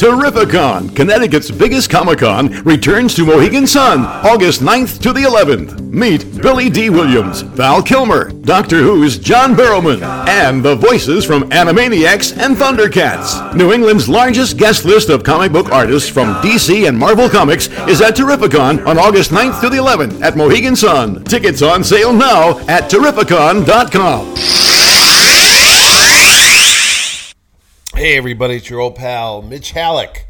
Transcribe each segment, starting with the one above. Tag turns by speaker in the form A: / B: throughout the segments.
A: Terrificon, Connecticut's biggest Comic Con, returns to Mohegan Sun August 9th to the 11th. Meet Billy D. Williams, Val Kilmer, Doctor Who's John Barrowman, and the voices from Animaniacs and Thundercats. New England's largest guest list of comic book artists from DC and Marvel Comics is at Terrificon on August 9th to the 11th at Mohegan Sun. Tickets on sale now at terrificon.com.
B: Hey, everybody, it's your old pal, Mitch Halleck,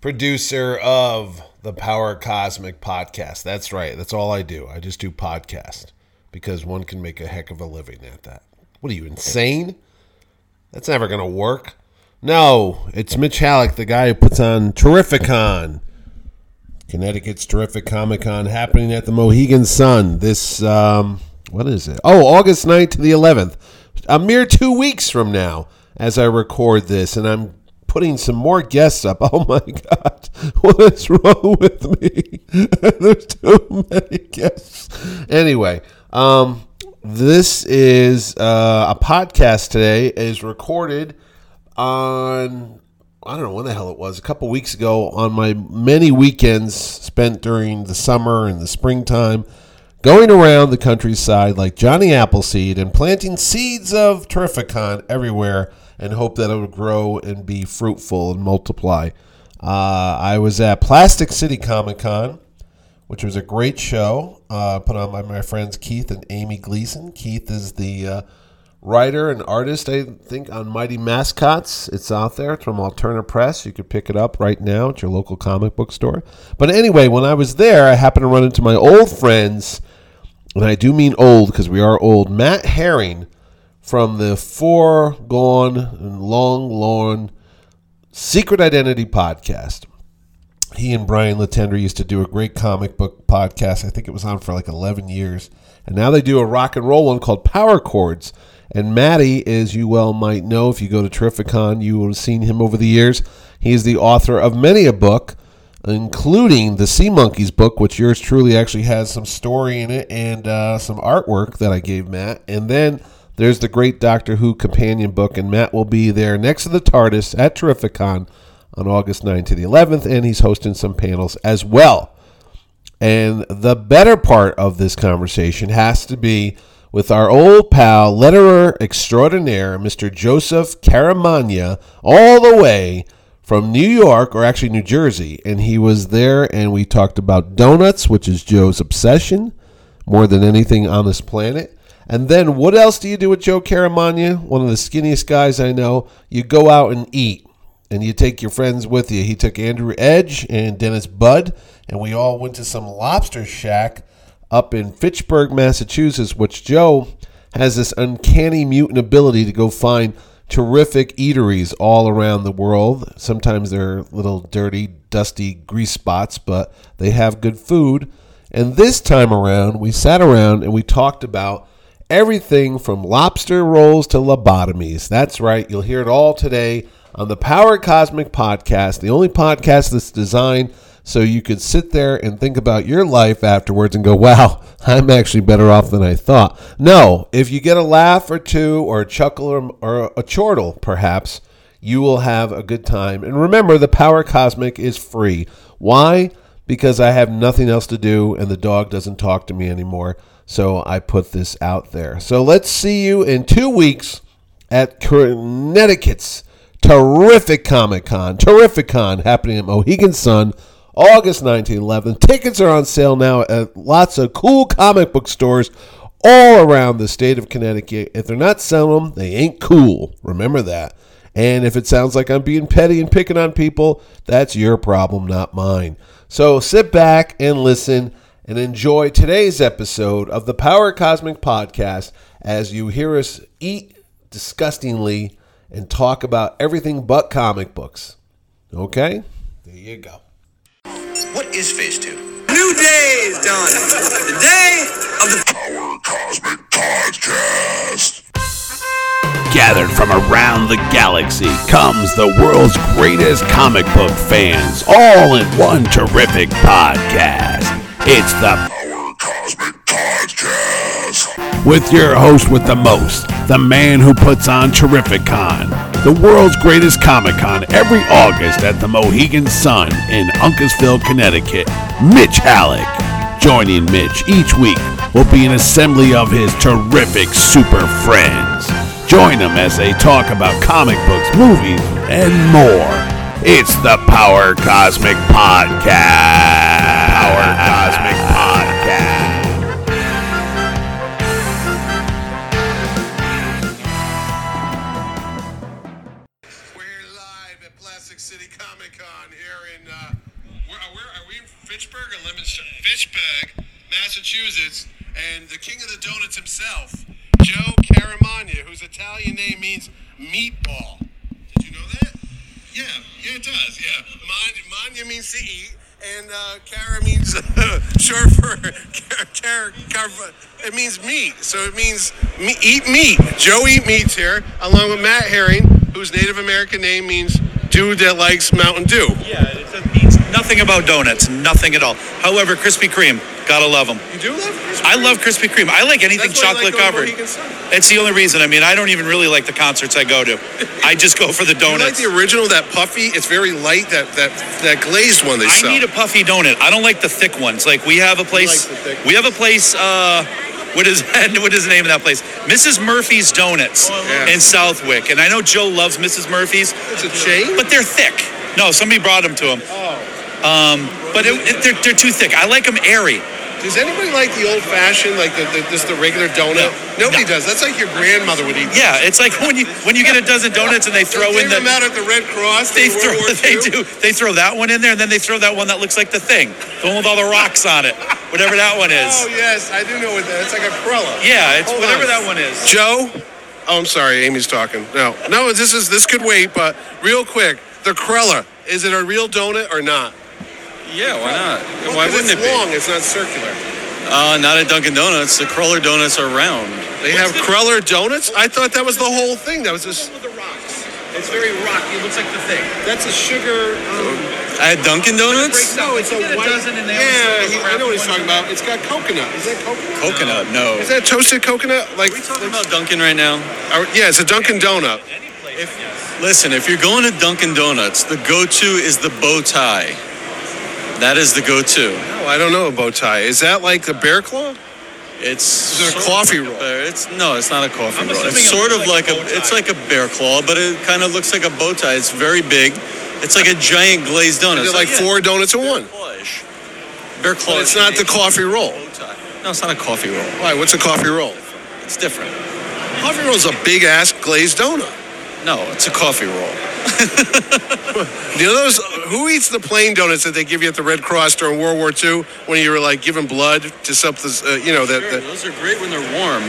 B: producer of the Power Cosmic podcast. That's right. That's all I do. I just do podcasts because one can make a heck of a living at that. What are you, insane? That's never going to work. No, it's Mitch Halleck, the guy who puts on Terrificon. Connecticut's terrific Comic Con happening at the Mohegan Sun this um, what is it? Oh, August 9th to the 11th. A mere 2 weeks from now as I record this and I'm putting some more guests up. Oh my god. What is wrong with me? There's too many guests. Anyway, um this is uh, a podcast today It is recorded on I don't know when the hell it was, a couple weeks ago on my many weekends spent during the summer and the springtime, going around the countryside like Johnny Appleseed and planting seeds of Terrificon everywhere and hope that it would grow and be fruitful and multiply. Uh, I was at Plastic City Comic Con, which was a great show uh, put on by my friends Keith and Amy Gleason. Keith is the uh, writer and artist, I think, on Mighty Mascots. It's out there. It's from Alterna Press. You could pick it up right now at your local comic book store. But anyway, when I was there, I happened to run into my old friends, and I do mean old because we are old, Matt Herring from the Foregone and Long Lawn Secret Identity podcast he and Brian Latender used to do a great comic book podcast. I think it was on for like 11 years. And now they do a rock and roll one called Power Chords. And Matty, as you well might know, if you go to Terrificon, you will have seen him over the years. He is the author of many a book, including the Sea Monkeys book, which yours truly actually has some story in it and uh, some artwork that I gave Matt. And then there's the great Doctor Who companion book, and Matt will be there next to the TARDIS at Terrificon on August 9th to the 11th, and he's hosting some panels as well. And the better part of this conversation has to be with our old pal, letterer extraordinaire, Mr. Joseph Caramagna, all the way from New York, or actually New Jersey. And he was there, and we talked about donuts, which is Joe's obsession more than anything on this planet. And then what else do you do with Joe Caramagna? One of the skinniest guys I know. You go out and eat and you take your friends with you. He took Andrew Edge and Dennis Budd, and we all went to some lobster shack up in Fitchburg, Massachusetts, which Joe has this uncanny mutant ability to go find terrific eateries all around the world. Sometimes they're little dirty, dusty grease spots, but they have good food. And this time around, we sat around and we talked about everything from lobster rolls to lobotomies. That's right, you'll hear it all today on the Power Cosmic podcast, the only podcast that's designed so you could sit there and think about your life afterwards and go, wow, I'm actually better off than I thought. No, if you get a laugh or two or a chuckle or, or a chortle, perhaps, you will have a good time. And remember, the Power Cosmic is free. Why? Because I have nothing else to do and the dog doesn't talk to me anymore. So I put this out there. So let's see you in two weeks at Connecticut's terrific Comic Con, terrific con happening at Mohegan Sun, August 19th, 11th. Tickets are on sale now at lots of cool comic book stores all around the state of Connecticut. If they're not selling them, they ain't cool. Remember that. And if it sounds like I'm being petty and picking on people, that's your problem, not mine. So sit back and listen and enjoy today's episode of the Power Cosmic Podcast as you hear us eat disgustingly and talk about everything but comic books. Okay? There you go.
C: What is phase two?
D: New day is dawning. The day of the
E: Power Cosmic Podcast.
F: Gathered from around the galaxy comes the world's greatest comic book fans, all in one terrific podcast. It's the
E: Power Cosmic Podcast.
F: with your host with the most, the man who puts on Terrific Con, the world's greatest Comic Con every August at the Mohegan Sun in Uncasville, Connecticut, Mitch Halleck. Joining Mitch each week will be an assembly of his terrific super friends. Join them as they talk about comic books, movies, and more. It's the Power Cosmic Podcast. Power Cosmic Podcast.
G: We're live at Plastic City Comic Con here in. Uh, where, are, where, are we in Fitchburg or Lemonster? Fitchburg, Massachusetts, and the king of the donuts himself, Joe Caramagna, whose Italian name means meatball. Did you know that? Yeah, yeah, it does. Yeah, Magna, Magna means to eat. And uh, cara means short for car, car, car- it means meat, so it means me- eat meat. Joe eat meats here, along with Matt Herring, whose Native American name means dude that likes Mountain Dew.
H: Yeah, it says meats. Nothing about donuts, nothing at all. However, Krispy Kreme, gotta love them.
G: You do love Krispy
H: I love Krispy Kreme. I like anything
G: That's why you like
H: chocolate
G: going
H: covered.
G: Mohegan Sun.
H: It's the only reason. I mean, I don't even really like the concerts I go to. I just go for the
G: You like
H: donuts.
G: the original, that puffy? It's very light. That that that glazed one they
H: I
G: sell.
H: need a puffy donut. I don't like the thick ones. Like we have a place.
G: like the thick
H: we have a place. Uh, what is that? What is the name of that place? Mrs. Murphy's Donuts
G: Oh, love
H: in Southwick. And I know Joe loves Mrs. Murphy's,
G: it's a chain.
H: but they're thick. No, somebody brought them to him. Oh. Um, but it, it- they're, they're too thick. I like them airy.
G: Does anybody like the old fashioned, like the, the just the regular donut?
H: No.
G: Nobody
H: No.
G: does. That's like your grandmother would eat.
H: Yeah, it's like when you when you get a dozen donuts and they throw
G: they
H: in the
G: them out at the Red Cross. in
H: they throw
G: World War
H: they
G: II.
H: do they throw that one in there and then they throw that one that looks like the thing, the one with all the rocks on it, whatever that one
G: Oh
H: is.
G: yes, I do know what that. It's like a Prella.
H: Yeah, it's
G: Oh, Hold on.
H: whatever that one is.
G: Joe. Oh, I'm sorry. Amy's talking. No, no. This is this could wait, but real quick, the Krella. Is it a real donut or not?
I: Yeah, why not?
G: Well,
I: why
G: 'cause
I: wouldn't it
G: it's
I: be?
G: long. It's not circular.
I: Uh, not at Dunkin' Donuts. The cruller donuts are round.
G: They have Kreller donuts. I thought that was the whole thing. That was just.
H: With the rocks, it's very rocky. It looks like the thing.
G: That's a sugar. um,
I: Oh. At Dunkin' Donuts?
G: no, it's a
H: You get a
G: white.
H: dozen and they all
G: yeah,
H: sell
G: he- I know what he's talking about. It's got coconut. Is that coconut?
I: Coconut, no.
G: Is that toasted coconut? Like,
I: Are we talking about Dunkin' right now?
G: Are- yeah, it's a Dunkin' Donut.
I: Listen, if you're going to Dunkin' Donuts, the go-to is the bow tie. That is the go-to.
G: Oh, I don't know a bow tie. Is that like the bear claw?
I: It's
G: Is it a
I: sort
G: coffee
I: of like a
G: roll?
I: bear- It's no, it's not a coffee
H: I'm
I: roll. It's
H: assuming
I: sort
H: it looks
I: of
H: like
I: like
H: a
I: a,
H: bow tie.
I: it's like a bear claw, but it kind of looks like a bow tie. It's very big. It's like a giant glazed donut. It's
G: It's like four donuts in one.
I: Bear claw-ish. Bear claw.
G: But it's not the coffee roll.
I: Bow tie. No, it's not a coffee roll.
G: Why? What's a coffee roll?
I: It's different.
G: Coffee roll is a big ass glazed donut.
I: No, it's a coffee roll.
G: Do you know those? Who eats the plain donuts that they give you at the Red Cross during World War II when you were like giving blood to something? Uh, you know that,
I: Sure,
G: that
I: those are great when they're warm.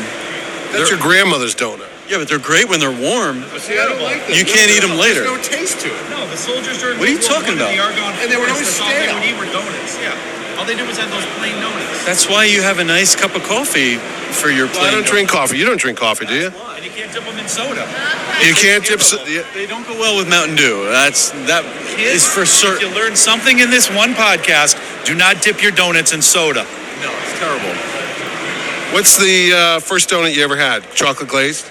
G: that's your grandmother's donut.
I: Yeah, but they're great when they're warm.
G: See, I don't like
I: You can't eat 'em later.
G: There's no taste to it.
H: No, the soldiers during
I: What are you
H: World War
I: talking
H: One in
I: about?
H: the Argonne
G: And they were
H: Forest,
G: always
H: that's all they
G: stale.
H: would eat were donuts. Yeah, all they did was have those plain donuts.
I: That's why you have a nice cup of coffee for your
G: Well, I
I: plain.
G: don't drink coffee. You don't drink coffee, do you?
H: And you can't dip them in soda.
G: You can't dip. s- yeah.
I: They don't go well with Mountain Dew. That's that is for
H: If
I: certain.
H: you learned something in this one podcast, do not dip your donuts in soda.
I: No, it's terrible.
G: What's the uh, first donut you ever had? Chocolate glazed?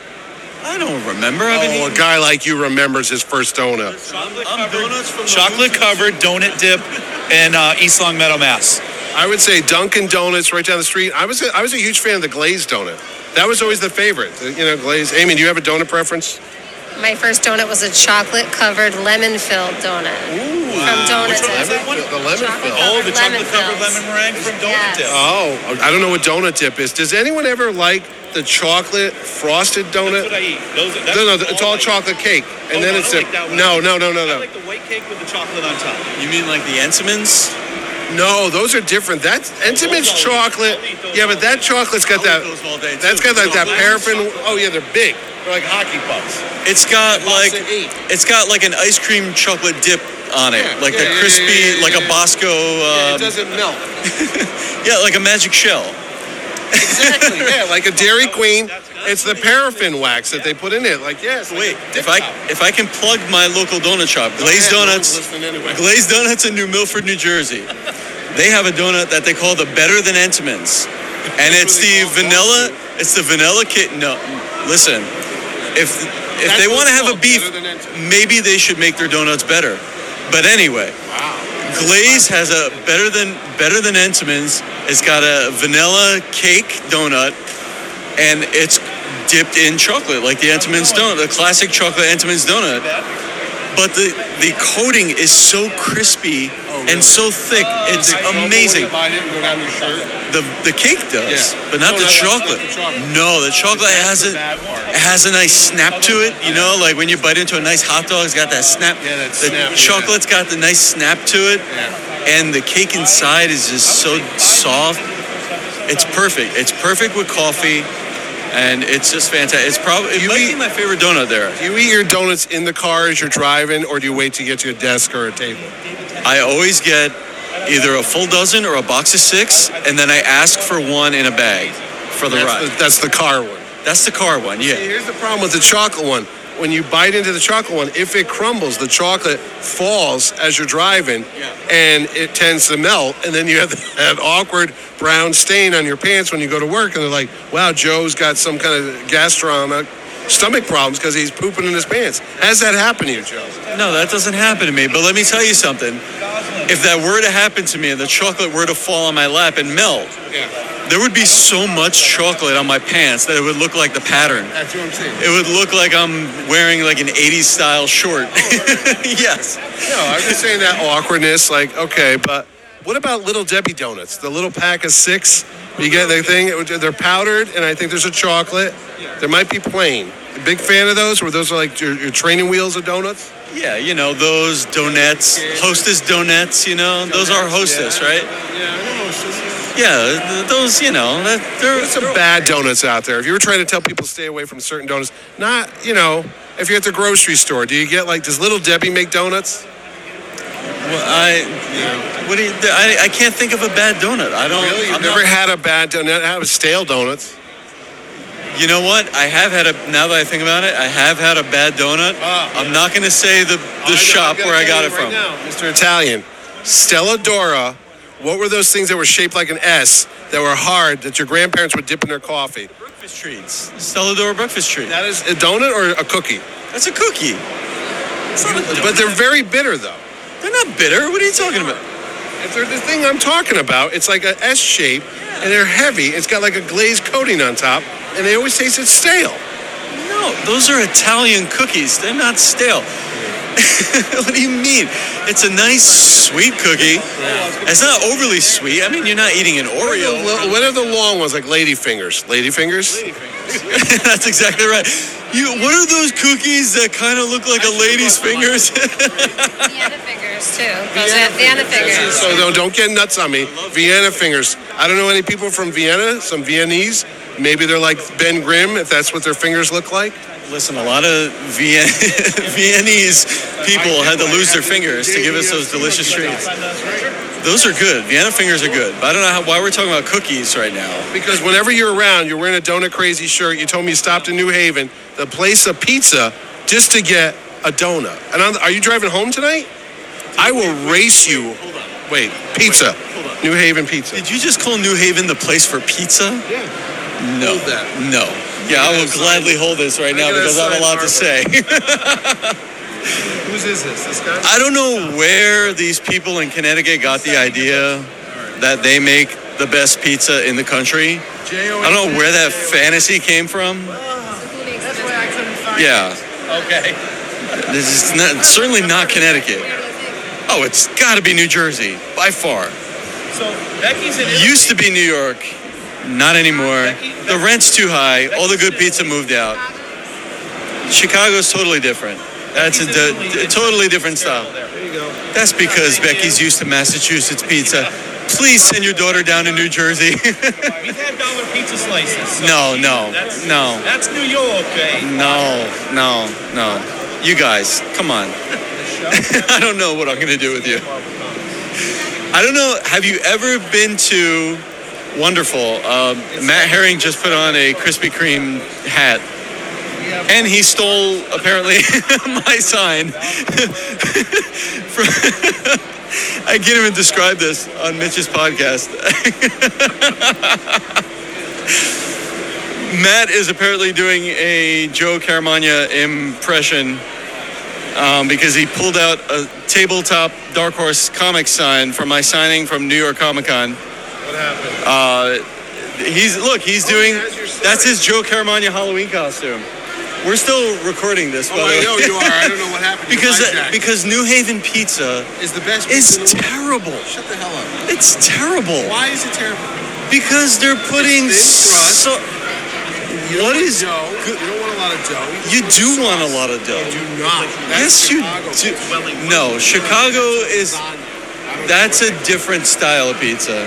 I: I don't remember. I've been
G: Oh, a
I: eating
G: guy like you remembers his first donut.
H: Chocolate
I: I'm donuts from the
H: chocolate covered donut dip in uh, East Long Meadow, Mass.
G: I would say Dunkin' Donuts right down the street. I was a, I was a huge fan of the glazed donut. That was always the favorite. the- You know, glazed. Amy, do you have a donut preference?
J: My first donut was a chocolate covered lemon filled donut. From Donut
H: Which one was
J: Dip.
H: that one?
G: The lemon
J: Chocolate
G: filled.
H: Oh, the
J: Covered
H: chocolate covered
J: fills.
H: lemon meringue from Donut
J: Yes.
H: Dip.
G: Oh, I don't know what donut dip is. Does anyone ever like the chocolate frosted
H: That's what
G: donut?
H: I eat. Those, that's
G: No, no, it's all
H: I eat.
G: chocolate cake, and
H: Oh,
G: then
H: no, I
G: it's
H: don't
G: a
H: like that one.
G: no, no, no, no,
H: I
G: no.
H: like the white cake with the chocolate on top.
I: You mean like the Entenmann's?
G: No, those are different. That's Entenmann's
H: I'll eat
G: chocolate.
H: those
G: Yeah,
H: all
G: but that chocolate's got
I: I'll
G: that.
I: eat those all day,
G: That's
I: too.
G: got like that
I: Chocolate.
G: paraffin. Oh yeah, they're big. They're like hockey pucks.
I: It's got like
G: to eat.
I: it's got like an ice cream chocolate dip on it,
G: Yeah,
I: like the
G: yeah, yeah,
I: crispy,
G: yeah, yeah, yeah,
I: like
G: yeah.
I: a Bosco.
G: Yeah,
I: Uh,
H: Um,
G: it doesn't melt.
I: yeah, like a magic shell.
G: Exactly. yeah, like a Dairy Queen. It's the paraffin wax that they put in it. Like yes. like
I: Wait,
G: a dip
I: if I
G: top.
I: if I can plug my local donut shop,
G: Yeah,
I: Glazed
G: no one's
I: Donuts,
G: listening anyway.
I: Glazed Donuts in New Milford, New Jersey, they have a donut that they call the Better Than Entenmann's, and it's
G: what they
I: the
G: call it,
I: vanilla. It's the vanilla kitten. No, listen. If if
G: That's
I: they want to
G: what's
I: have a
G: called
I: beef,
G: better than Enzo.
I: maybe they should make their donuts better. But anyway,
G: Wow.
I: Glaze has a better than better than Entenmann's. It's got a vanilla cake donut, and it's dipped in chocolate, like the Entenmann's donut, the classic chocolate Entenmann's donut. But the the coating is so crispy and so thick. It's amazing.
G: Oh, I didn't go down your shirt.
I: The the cake does,
G: Yeah.
I: but not
G: No,
I: the
G: no, that's not
I: chocolate.
G: the chocolate.
I: No, the chocolate
G: That's
I: has
G: the
I: a
G: bad part.
I: it has a nice snap to it. You know, like when you bite into a nice hot dog, it's got that snap.
G: Yeah, that
I: the
G: snap, yeah.
I: chocolate's got the nice snap to it,
G: Yeah.
I: and the cake inside is just so soft. It's perfect. It's perfect with coffee, and it's just fantastic. It's probably it might be my favorite donut there.
G: Do you eat your donuts in the car as you're driving, or do you wait to get to a desk or a table?
I: I always get either a full dozen or a box of six, and then I ask for one in a bag for the
G: that's,
I: ride.
G: the, that's the car one.
I: That's the car one, yeah.
G: Here's the problem with the chocolate one. When you bite into the chocolate one, if it crumbles, the chocolate falls as you're driving,
I: Yeah.
G: and it tends to melt, and then you have that awkward brown stain on your pants when you go to work, and they're like, "Wow, Joe's got some kind of gastronomic stomach problems because he's pooping in his pants." Has that happened to you, Joe?
I: No, that doesn't happen to me. But let me tell you something. If that were to happen to me and the chocolate were to fall on my lap and melt,
G: Yeah,
I: there would be so much chocolate on my pants that it would look like the pattern.
G: that's what I'm saying.
I: It would look like I'm wearing like an 80s style short. yes.
G: No, I'm just saying that awkwardness. Like, okay, but what about Little Debbie donuts? The little pack of six. You get the thing. They're powdered, and I think there's a chocolate. There might be plain. A big fan of those. Where those are like your, your training wheels of donuts.
I: Yeah, you know, those donuts, hostess donuts, you know, those are hostess, right? Yeah, th- those, you know, that, they're,
G: There's some bad donuts out there. If you were trying to tell people stay away from certain donuts, not you know, if you're at the grocery store, do you get like does Little Debbie make donuts?
I: well, I, what do you, I, I can't think of a bad donut. I don't,
G: Really, you've
I: I'm not-
G: never had a bad donut. I have stale donuts.
I: You know what? I have had a. Now that I think about it, I have had a bad donut.
G: Ah.
I: I'm not going to say the the shop where I got it from.
G: Mr. Italian. Stella Dora, what were those things that were shaped like an S that were hard that your grandparents would dip in their coffee?
I: Breakfast treats. Stella Dora breakfast treat.
G: That is a donut or a cookie?
I: That's a cookie. It's not a donut.
G: But they're very bitter though.
I: they're not bitter. What are you talking about?
G: If they're the thing I'm talking about, it's like an S shape and they're heavy. It's got like a glazed coating on top and they always taste it's stale.
I: No, those are Italian cookies. They're not stale. what do you mean? It's a nice sweet cookie. It's not overly sweet. I mean, you're not eating an Oreo.
G: What are the long ones like ladyfingers? Ladyfingers?
I: That's exactly right. You, what are those cookies that kind of look like a lady's fingers?
J: Vienna fingers too. Those are Vienna fingers.
G: So don't, don't get nuts on me. Vienna fingers. I don't know any people from Vienna, some Viennese. Maybe they're like Ben Grimm, if that's what their fingers look like.
I: Listen, a lot of Vien- Viennese people had to lose their fingers to give us those delicious treats. Those are good. Vienna fingers are good. But I don't know how, why we're talking about cookies right now.
G: Because whenever you're around, you're wearing a donut crazy shirt. You told me you stopped in New Haven, the place of pizza, just to get a donut. And I'm, are you driving home tonight? I will race you. Wait, pizza. New Haven pizza.
I: Did you just call New Haven the place for pizza?
G: Yeah.
I: No.
G: Hold that.
I: No. Yeah, I will gladly hold this right now
G: Look at
I: because I have a
G: that
I: lot to say.
G: sign, Whose is this? This guy?
I: I don't know where these people in Connecticut got the idea that they make the best pizza in the country. I don't know where that fantasy came from. Yeah.
G: Okay.
I: This is not, certainly not Connecticut. Oh, it's got to be New Jersey by far.
K: So Becky's in Italy.
I: Used to be New York, not anymore. The rent's too high. All the good pizza moved out. Chicago's totally different. That's a, d- a totally different style. That's because Becky's used to Massachusetts pizza. Please send your daughter down to New Jersey.
K: We've had dollar pizza slices. so
I: No, no,
K: that's,
I: no.
K: That's New York, eh?
I: no, no, no. You guys, come on. I don't know what I'm going to do with you. I don't know. Have you ever been to Wonderful? Um, Matt Herring just put on a Krispy Kreme hat. And he stole apparently my sign. From- I can't even describe this on Mitch's podcast. Matt is apparently doing a Joe Caramagna impression um, because he pulled out a tabletop Dark Horse comic sign from my signing from New York Comic Con.
G: What happened?
I: Uh,
G: Oh,
I: he's look, he's doing that's his Joe Caramagna Halloween costume. We're still recording this, by
G: Oh,
I: the
G: I
I: way.
G: know uh, you are. I don't know what happened. You
I: because
G: hijacked.
I: because New Haven Pizza
G: is the best.
I: Is terrible.
G: Shut the hell up.
I: It's terrible.
G: Why is it terrible?
I: Because they're putting
G: It's thin crust.
I: so.
G: You don't
I: What
G: want
I: is-
G: dough? You don't want a lot of dough.
I: You do want a lot of dough.
G: You do not.
I: Yes, you do. No, Chicago is. That's a different style of pizza.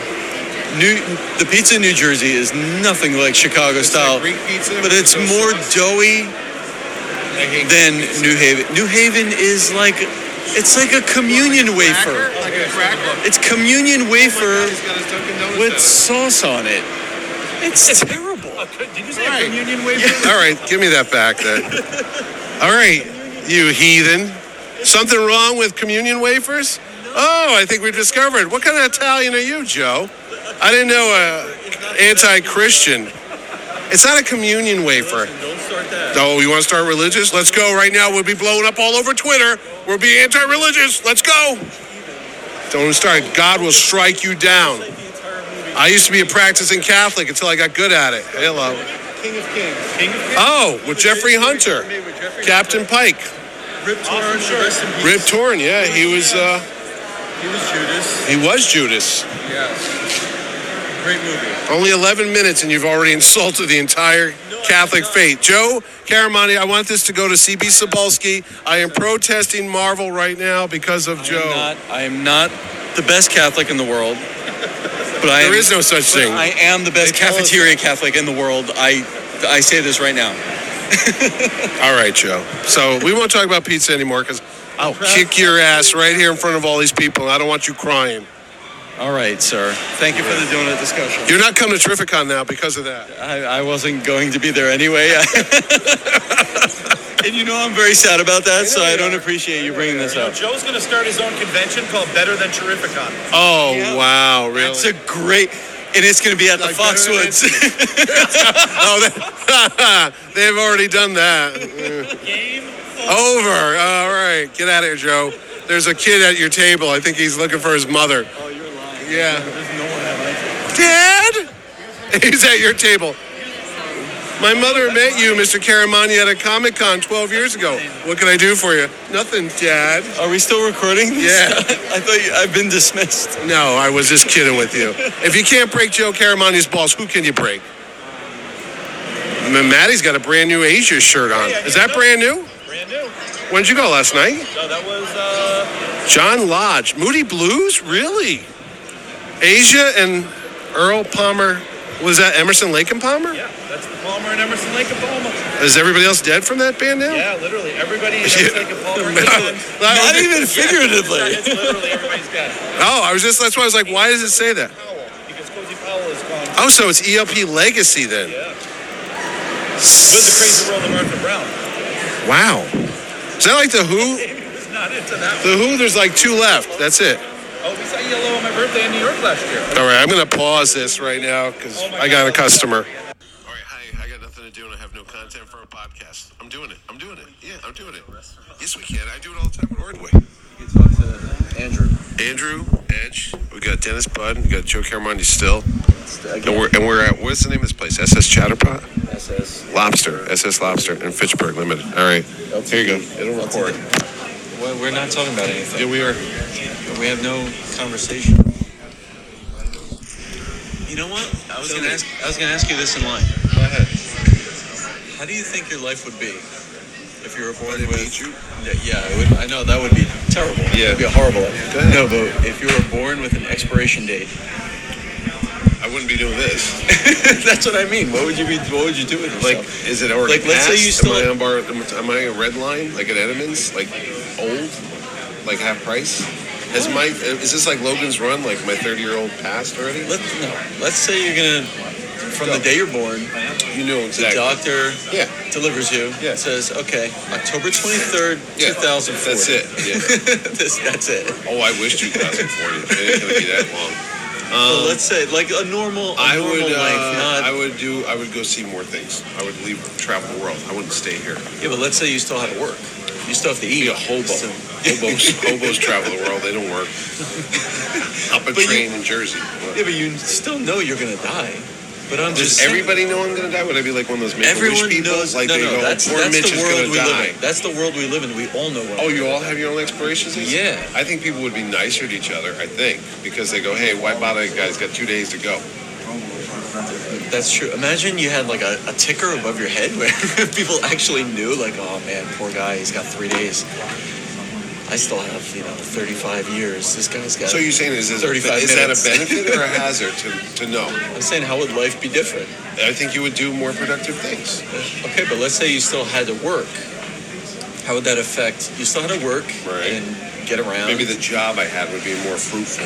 I: New, the pizza in New Jersey is nothing like Chicago style, but it's more doughy than New Haven. New Haven is like, it's like a communion wafer.
G: Like a cracker. Oh
I: It's communion wafer with sauce on it. It's terrible.
K: Did you say a communion wafer?
G: All right, give me that back then. All right, you heathen. Something wrong with communion wafers? Oh, I think we discovered. What kind of Italian are you, Joe? I didn't know uh, anti-Christian. It's not a communion wafer.
K: Don't start that.
G: Oh, you want to start religious? Let's go right now. We'll be blowing up all over Twitter. We'll be anti-religious. Let's go. Don't start. God will strike you down. I used to be a practicing Catholic until I got good at it. Hello.
K: King of Kings. King of Kings.
G: Oh, with Jeffrey Hunter, Captain Pike,
K: Rip Torn. Rest in peace.
G: Rip Torn. Yeah, he was. Uh,
K: He was Judas.
G: he was Judas.
K: Yes. Great movie.
G: Only 11 minutes, and you've already insulted the entire Catholic faith. Joe Caramani, I want this to go to CB Sobalski. I am protesting Marvel right now because of
I: I am
G: Joe.
I: not- I am not the best Catholic in the world, but I
G: There
I: am,
G: is no such
I: but
G: thing.
I: I am the best cafeteria Catholic in the world. I I say this right now.
G: All right, Joe. So we won't talk about pizza anymore because I'll kick your ass right here in front of all these people. and I don't want you crying.
I: All right, sir. Thank you for the donut discussion.
G: You're not coming to Terrificon now because of that.
I: I, I wasn't going to be there anyway. and you know I'm very sad about that, so I don't appreciate you bringing this up.
K: Joe's gonna start his own convention called Better Than Terrificon.
G: Oh, wow, really?
I: It's a great, and it's going to be at the
G: Like better than
I: Foxwoods.
G: oh, that, they've already done that. Over. All right, get out of here, Joe. There's a kid at your table. I think he's looking for his mother. Oh, you're lying. Yeah. There's no one at my table. Dad, he's at your table. My mother met you, Mr. Caramani, at a Comic Con 12 years ago. What can I do for you? Nothing, Dad.
I: Are we still recording? this?
G: Yeah.
I: I thought you, I've been dismissed.
G: No, I was just kidding with you. If you can't break Joe Caramagna's balls, who can you break? I mean, Maddie's got a brand new Asia shirt on.
K: Hey, I
G: Is
K: got it.
G: that brand new?
K: Brand new.
G: When would you go last night?
K: No, that was uh,
G: John Lodge, Moody Blues, really? Asia and Earl Palmer. Was that Emerson Lake and Palmer?
K: yeah, that's the Palmer and Emerson Lake and Palmer.
G: Is everybody else dead from that band now?
K: Yeah, literally everybody in
G: Yeah.
K: Emerson Lake and Palmer.
G: No.
K: is dead.
I: Not
G: was-
I: even figuratively.
K: It's literally everybody's dead.
G: Oh, I was just. That's why I was like, why does it say that?
K: Powell, because Cozy Powell is gone.
G: Oh, so it's ELP Legacy then.
K: Yeah. With the crazy world of Arthur Brown.
G: Wow. Is that like the Who?
K: He was not into that.
G: The Who. There's like two left. That's it.
K: Oh, we saw Yellow on my birthday in New York last year.
G: All right, I'm gonna pause this right now because I got a customer. All right, hi. I got nothing to do and I have no content for a podcast. I'm doing it. I'm doing it. Yeah, I'm doing it. Yes, we can. I do it all the time at Ordway.
K: You talk to Andrew.
G: Andrew Edge. We got Dennis Budd. We got Joe Caramondi still. And we're, and we're at what's the name of this place? SS Chatterpot,
K: SS.
G: Lobster, SS Lobster, in Fitchburg Limited. All right, here you go. It'll record.
I: Well, we're not talking about anything.
G: Yeah, we are.
I: We have no conversation. You know what? I was gonna ask. I was gonna ask you this in line. Go ahead. How do you think your life would be if you were born with? Yeah, yeah, it would, I know that would be terrible.
G: Yeah.
I: it'd be a horrible life.
G: Go ahead.
I: No, but if you were born with an expiration date,
G: I wouldn't be doing this.
I: that's what I mean. What would you be? What would you do with
G: Like,
I: yourself?
G: is it already
I: Like, let's say
G: passed?
I: you still-
G: Am I on bar? Am I a red line? Like at Edmonds? Like old? Like half price? Is my is this like Logan's Run? Like my thirty year old passed already?
I: Let's no. Let's say you're gonna, from the day you're born,
G: You know
I: the
G: exactly.
I: doctor
G: Yeah.
I: delivers you. and
G: Yeah.
I: Says, okay, October 23rd, 2004.
G: Yeah, That's it. Yeah.
I: this, that's it.
G: Oh, I wish 2040. It ain't gonna be that long.
I: so let's say like a normal. a
G: I
I: normal
G: would. Uh,
I: length, not-
G: I would do. I would go see more things. I would leave, travel the world. I wouldn't stay here.
I: Yeah, but let's say you still have to work. You still have to eat.
G: Be a hobo.
I: So-
G: Hobos, hobos travel the world. They don't work. Up a
I: But you-
G: train in Jersey. What?
I: Yeah, but you still know you're gonna die. But I'm
G: Does
I: just saying-
G: everybody know I'm gonna die? Would I be like one of those make wish
I: Everyone
G: people?
I: knows.
G: like
I: no,
G: they
I: no,
G: go,
I: that's,
G: poor
I: that's
G: Mitch
I: the
G: is
I: world
G: gonna
I: we
G: die.
I: live in. That's the world we live in. We all know. we're
G: Oh,
I: gonna
G: you all
I: die.
G: have your own explorations? and stuff?
I: Yeah.
G: I think people would be nicer to each other, I think, because they go, hey, why bother? Guys, got two days to go.
I: That's true. Imagine you had like a, a ticker above your head where people actually knew, like, oh man, poor guy, he's got three days. I still have, you know, 35 years. This guy's got.
G: So you're saying is, this a,
I: 35
G: is that a
I: minutes.
G: benefit or a hazard to, to know?
I: I'm saying, how would life be different?
G: I think you would do more productive things.
I: Okay, but let's say you still had to work. How would that affect? You still had to work
G: Right.
I: and get around.
G: Maybe the job I had would be more fruitful.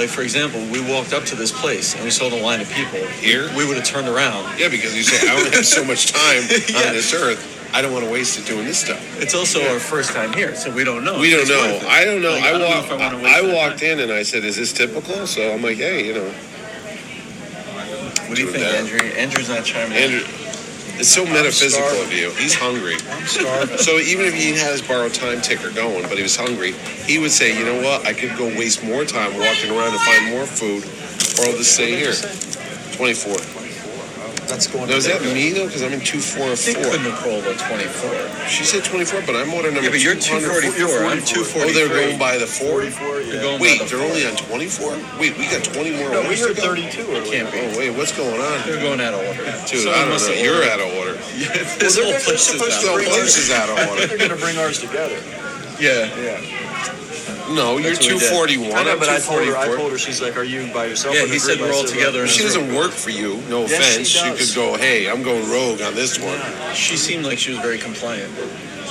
I: Like for example, we walked up to this place and we saw the line of people.
G: Here?
I: we would have turned around.
G: Yeah, because you say I only have so much time
I: Yeah.
G: on this earth. I don't want to waste it doing this stuff.
I: It's also our first time here, so we don't know.
G: We don't
I: It's
G: know.
I: worth it.
G: I don't know.
I: Like,
G: I
I: don't know
G: walked.
I: if wanna waste
G: I
I: that
G: walked in and I said, "Is this typical?" So I'm like, "Hey, you know,
I: time. What do you
G: Doing
I: think,
G: that.
I: Andrew? Andrew's not chiming in.
G: Andrew, it's so metaphysical
I: starving.
G: of you. He's hungry. So even if he had his borrowed time ticker going, but he was hungry, he would say, you know what? I could go waste more time walking around to find more food, or I'll just stay here. 24.
I: That's going.
G: Now, is that
I: Nicola.
G: me, though? Because I'm in
I: I think
G: 244.
I: Nicole was 24. Yeah,
G: She said 24, but I'm order number
I: but you're 244.
G: 244.
I: I'm 243.
G: Oh, they're going by the 4?
I: You're going by
G: Wait,
I: the
G: they're
I: four.
G: only on 24? Wait, we got 20 more
I: No, we
G: orders
I: were
G: to go?
I: 32 earlier.
G: Can't be. Oh, wait, what's going on?
I: They're going out of order. Someone
G: Dude, I don't
I: must
G: know.
I: have
G: You're
I: ordered.
G: out of order.
I: Yeah, this whole place is
G: supposed
I: out of
G: to bring
I: order.
G: ours is out of order.
K: They're gonna bring ours together.
I: Yeah,
G: No, you're
I: That's what we did.
G: 241.
K: I know,
G: I'm
K: but I told her. I
G: 244.
K: told her. She's like, "Are you by yourself?"
I: yeah.
K: or the
I: He said
K: group?"
I: we're
K: I
I: all
K: said,
I: together. in
G: She
I: this room.
G: doesn't work for you. No
K: Yes, she
G: offense. You
K: does.
G: could go, hey, I'm going rogue on this one.
I: She seemed like she was very compliant.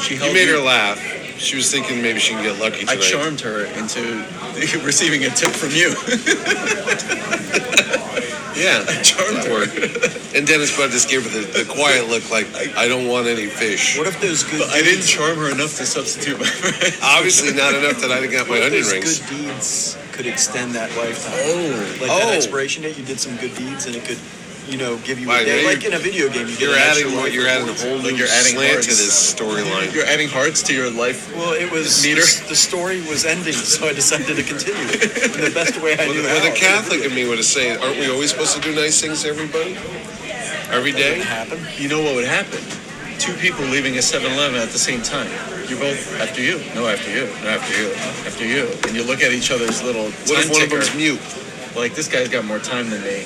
I: She
G: You
I: held
G: made her laugh. She was thinking maybe she can get lucky
I: I
G: tonight.
I: charmed her into receiving a tip from you.
G: yeah,
I: I charmed
G: that
I: her.
G: worked. And Dennis Bud just gave her the, the quiet look, like I don't want any fish.
K: What if those good?
I: But I didn't charm her enough to substitute my friend.
G: Obviously, not enough that I got my
K: What if
G: onion
K: those
G: rings.
K: good deeds could extend that lifetime?
I: Oh.
K: like
G: Oh.
K: that expiration date. You did some good deeds, and it could, you know, give you
G: Wow,
K: a day.
G: you're-
K: Like in a video game, you get
G: You're
K: an extra
G: adding
K: life
G: what you're adding a
K: rewards.
G: whole new
I: Like you're adding
G: slant
I: hearts.
G: to this storyline.
I: You're adding hearts to your life.
K: Well, it was
I: Meter.
K: The, the story was ending, so I decided to continue it in the best way I
G: Well,
K: knew
G: the,
K: how.
G: well, the Catholic in me would have said, "Aren't we always supposed to do nice things to everybody, every day?"
K: happen.
I: You know what would happen? Two people leaving a 7-Eleven at the same time. You're both after you. No, after you. No, after you. After you. And you look at each other's little time
G: What if one of
I: ticker.
G: them's mute?
I: like this guy's got more time than me.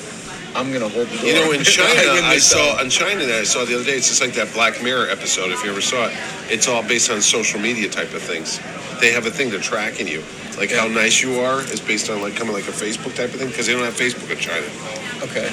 I: I'm gonna hold the door.
G: You know, in China,
I: I win
G: I
I: this
G: saw
I: battle.
G: in China that I saw the other day. It's just like that Black Mirror episode. If you ever saw it, it's all based on social media type of things. They have a thing to tracking you, like how nice you are is based on like kind of like a Facebook type of thing because they don't have Facebook in China.
I: Okay.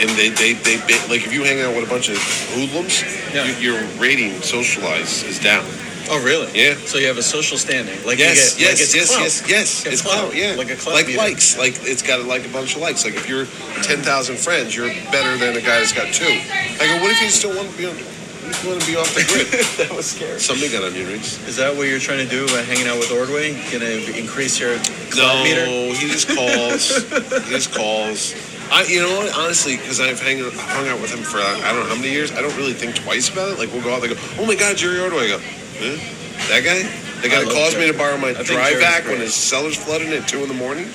G: And they they they ba- like if you hang out with a bunch of hoodlums,
I: Yeah.
G: you, your rating socialize is down.
I: Oh really?
G: Yeah.
I: So you have a social standing. Like
G: Yes,
I: you get, like
G: yes,
I: it's
G: yes,
I: clout.
G: yes, yes.
I: Like
G: It's
I: a clout,
G: clout, yeah.
I: like a clout
G: like
I: meter.
G: likes, like it's got like a bunch of likes. Like if you're ten thousand friends, you're better than the guy that's got two. I go, what if you still want to be on? What if you want to be off the grid?
I: that was scary.
G: Somebody got onion rings.
I: Is that what you're trying to do by hanging out with Ordway? Gonna increase your clout
G: No,
I: meter?
G: he just calls. he just calls. I, you know what? Honestly, because I've hang, hung out with him for uh, I don't know how many years, I don't really think twice about it. Like we'll go out, they go, "Oh my God, Jerry Ordway." I go, huh? "That guy?
I: I
G: The guy
I: love
G: that calls me
I: Jerry.
G: to borrow my
I: I think Jerry's
G: drive back when
I: great.
G: his cellar's flooding at two in the morning."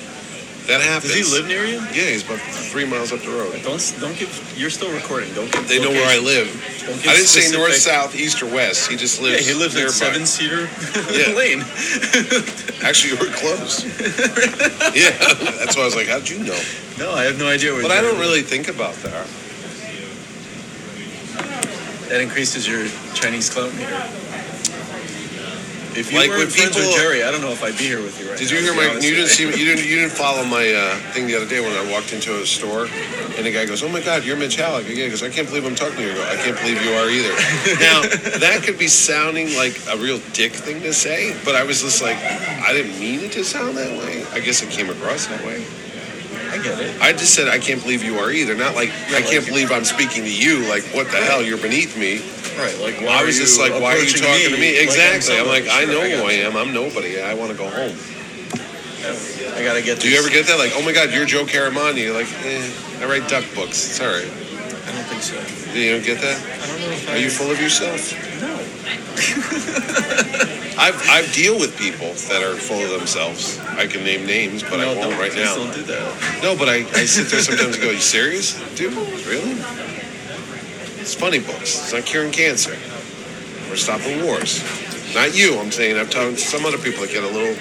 G: That happens.
I: Does he live near you?
G: Yeah, he's about three miles up the road.
I: Don't don't give. You're still recording. Don't give.
G: They know where I live.
I: Don't give
G: I didn't say
I: specific-
G: north, south, east, or west. He just
I: Yeah,
G: lives.
I: he lives in
G: nearby.
I: Seven Cedar
G: Yeah.
I: Lane.
G: Actually, we're close. yeah, that's why I was like, "How'd you know?"
I: No, I have no idea where.
G: But I
I: Jerry
G: don't
I: lives.
G: really think about that.
I: That increases your Chinese clout meter. If you
G: Like,
I: weren't
G: when
I: friends with
G: people-
I: Jerry, I don't know if I'd be here with you right
G: Did
I: now.
G: you hear
I: to be
G: my?
I: honest
G: You didn't
I: with
G: see. You didn't. You didn't follow my uh, thing the other day when I walked into a store, and the guy goes, "Oh my God, you're Mitch Halleck again." Because I can't believe I'm talking to you. I go, I can't believe you are either. Now that could be sounding like a real dick thing to say, but I was just like, I didn't mean it to sound that way. I guess it came across that way.
I: I get it.
G: I just said I can't believe you are either. Not like I can't believe I'm speaking to you. Like what the hell? You're beneath me.
I: Right, like why
G: I was
I: are
G: just
I: you
G: like, why are you
I: approaching
G: talking to me?
I: Like,
G: Exactly. I'm
I: somebody.
G: like, I
I: Sure,
G: know
I: got
G: who I
I: you.
G: am. I'm nobody. I want to go home.
I: I gotta get.
G: Do you
I: these.
G: ever get that? Like, oh my God, you're Joe Caramagna. You're like, eh, I write duck books. It's all right.
I: I don't think so.
G: You don't get that?
I: I don't know if I.
G: Are you full of yourself?
I: No.
G: I've I've deal with people that are full of themselves. I can name names, but I
I: no,
G: won't
I: don't,
G: right
I: please
G: now.
I: Don't do that.
G: No, but I, I sit there sometimes and go, You serious? Dude, really? It's funny books. It's not curing cancer. We're stopping wars. Not you, I'm saying. I'm talking to some other people that get a little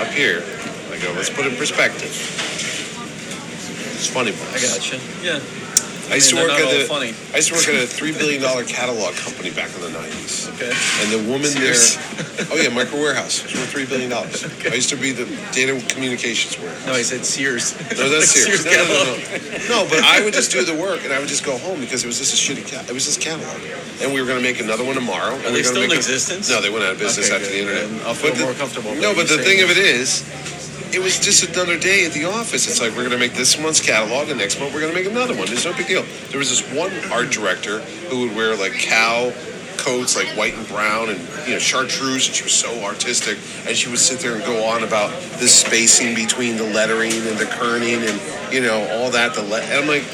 G: up here. I go, Let's put it in perspective. It's funny
I: I
G: books.
I: gotcha. Yeah.
G: I used to
I: mean,
G: work
I: they're
G: at
I: not all
G: the.
I: funny.
G: I used to work at a three billion dollar catalog company back in the nineties,
I: Okay.
G: and the woman
I: Serious?
G: there, oh yeah, micro warehouse, it was worth three billion dollars. I used to be the data communications warehouse.
I: No, he said Sears.
G: No, that's serious. No, no,
I: catalog.
G: no, no. No, but I would just do the work and I would just go home because it was just a shitty cat. It was just catalog, and we were going to make another one tomorrow.
I: Are
G: and we
I: they still in
G: were gonna make a-
I: existence?
G: no, they went out of
I: Okay,
G: business after
I: good,
G: the internet.
I: good. I'll feel
G: But the-
I: more comfortable about
G: No,
I: you
G: but the
I: saying
G: thing of
I: that.
G: it is, it was just another day at the office. It's like we're going to make this month's catalog, and next month we're going to make another one. There's no big deal. There was this one art director who would wear like cow coats, like white and brown, and you know chartreuse, and she was so artistic. And she would sit there and go on about the spacing between the lettering and the kerning, and you know all that. The le- and I'm like,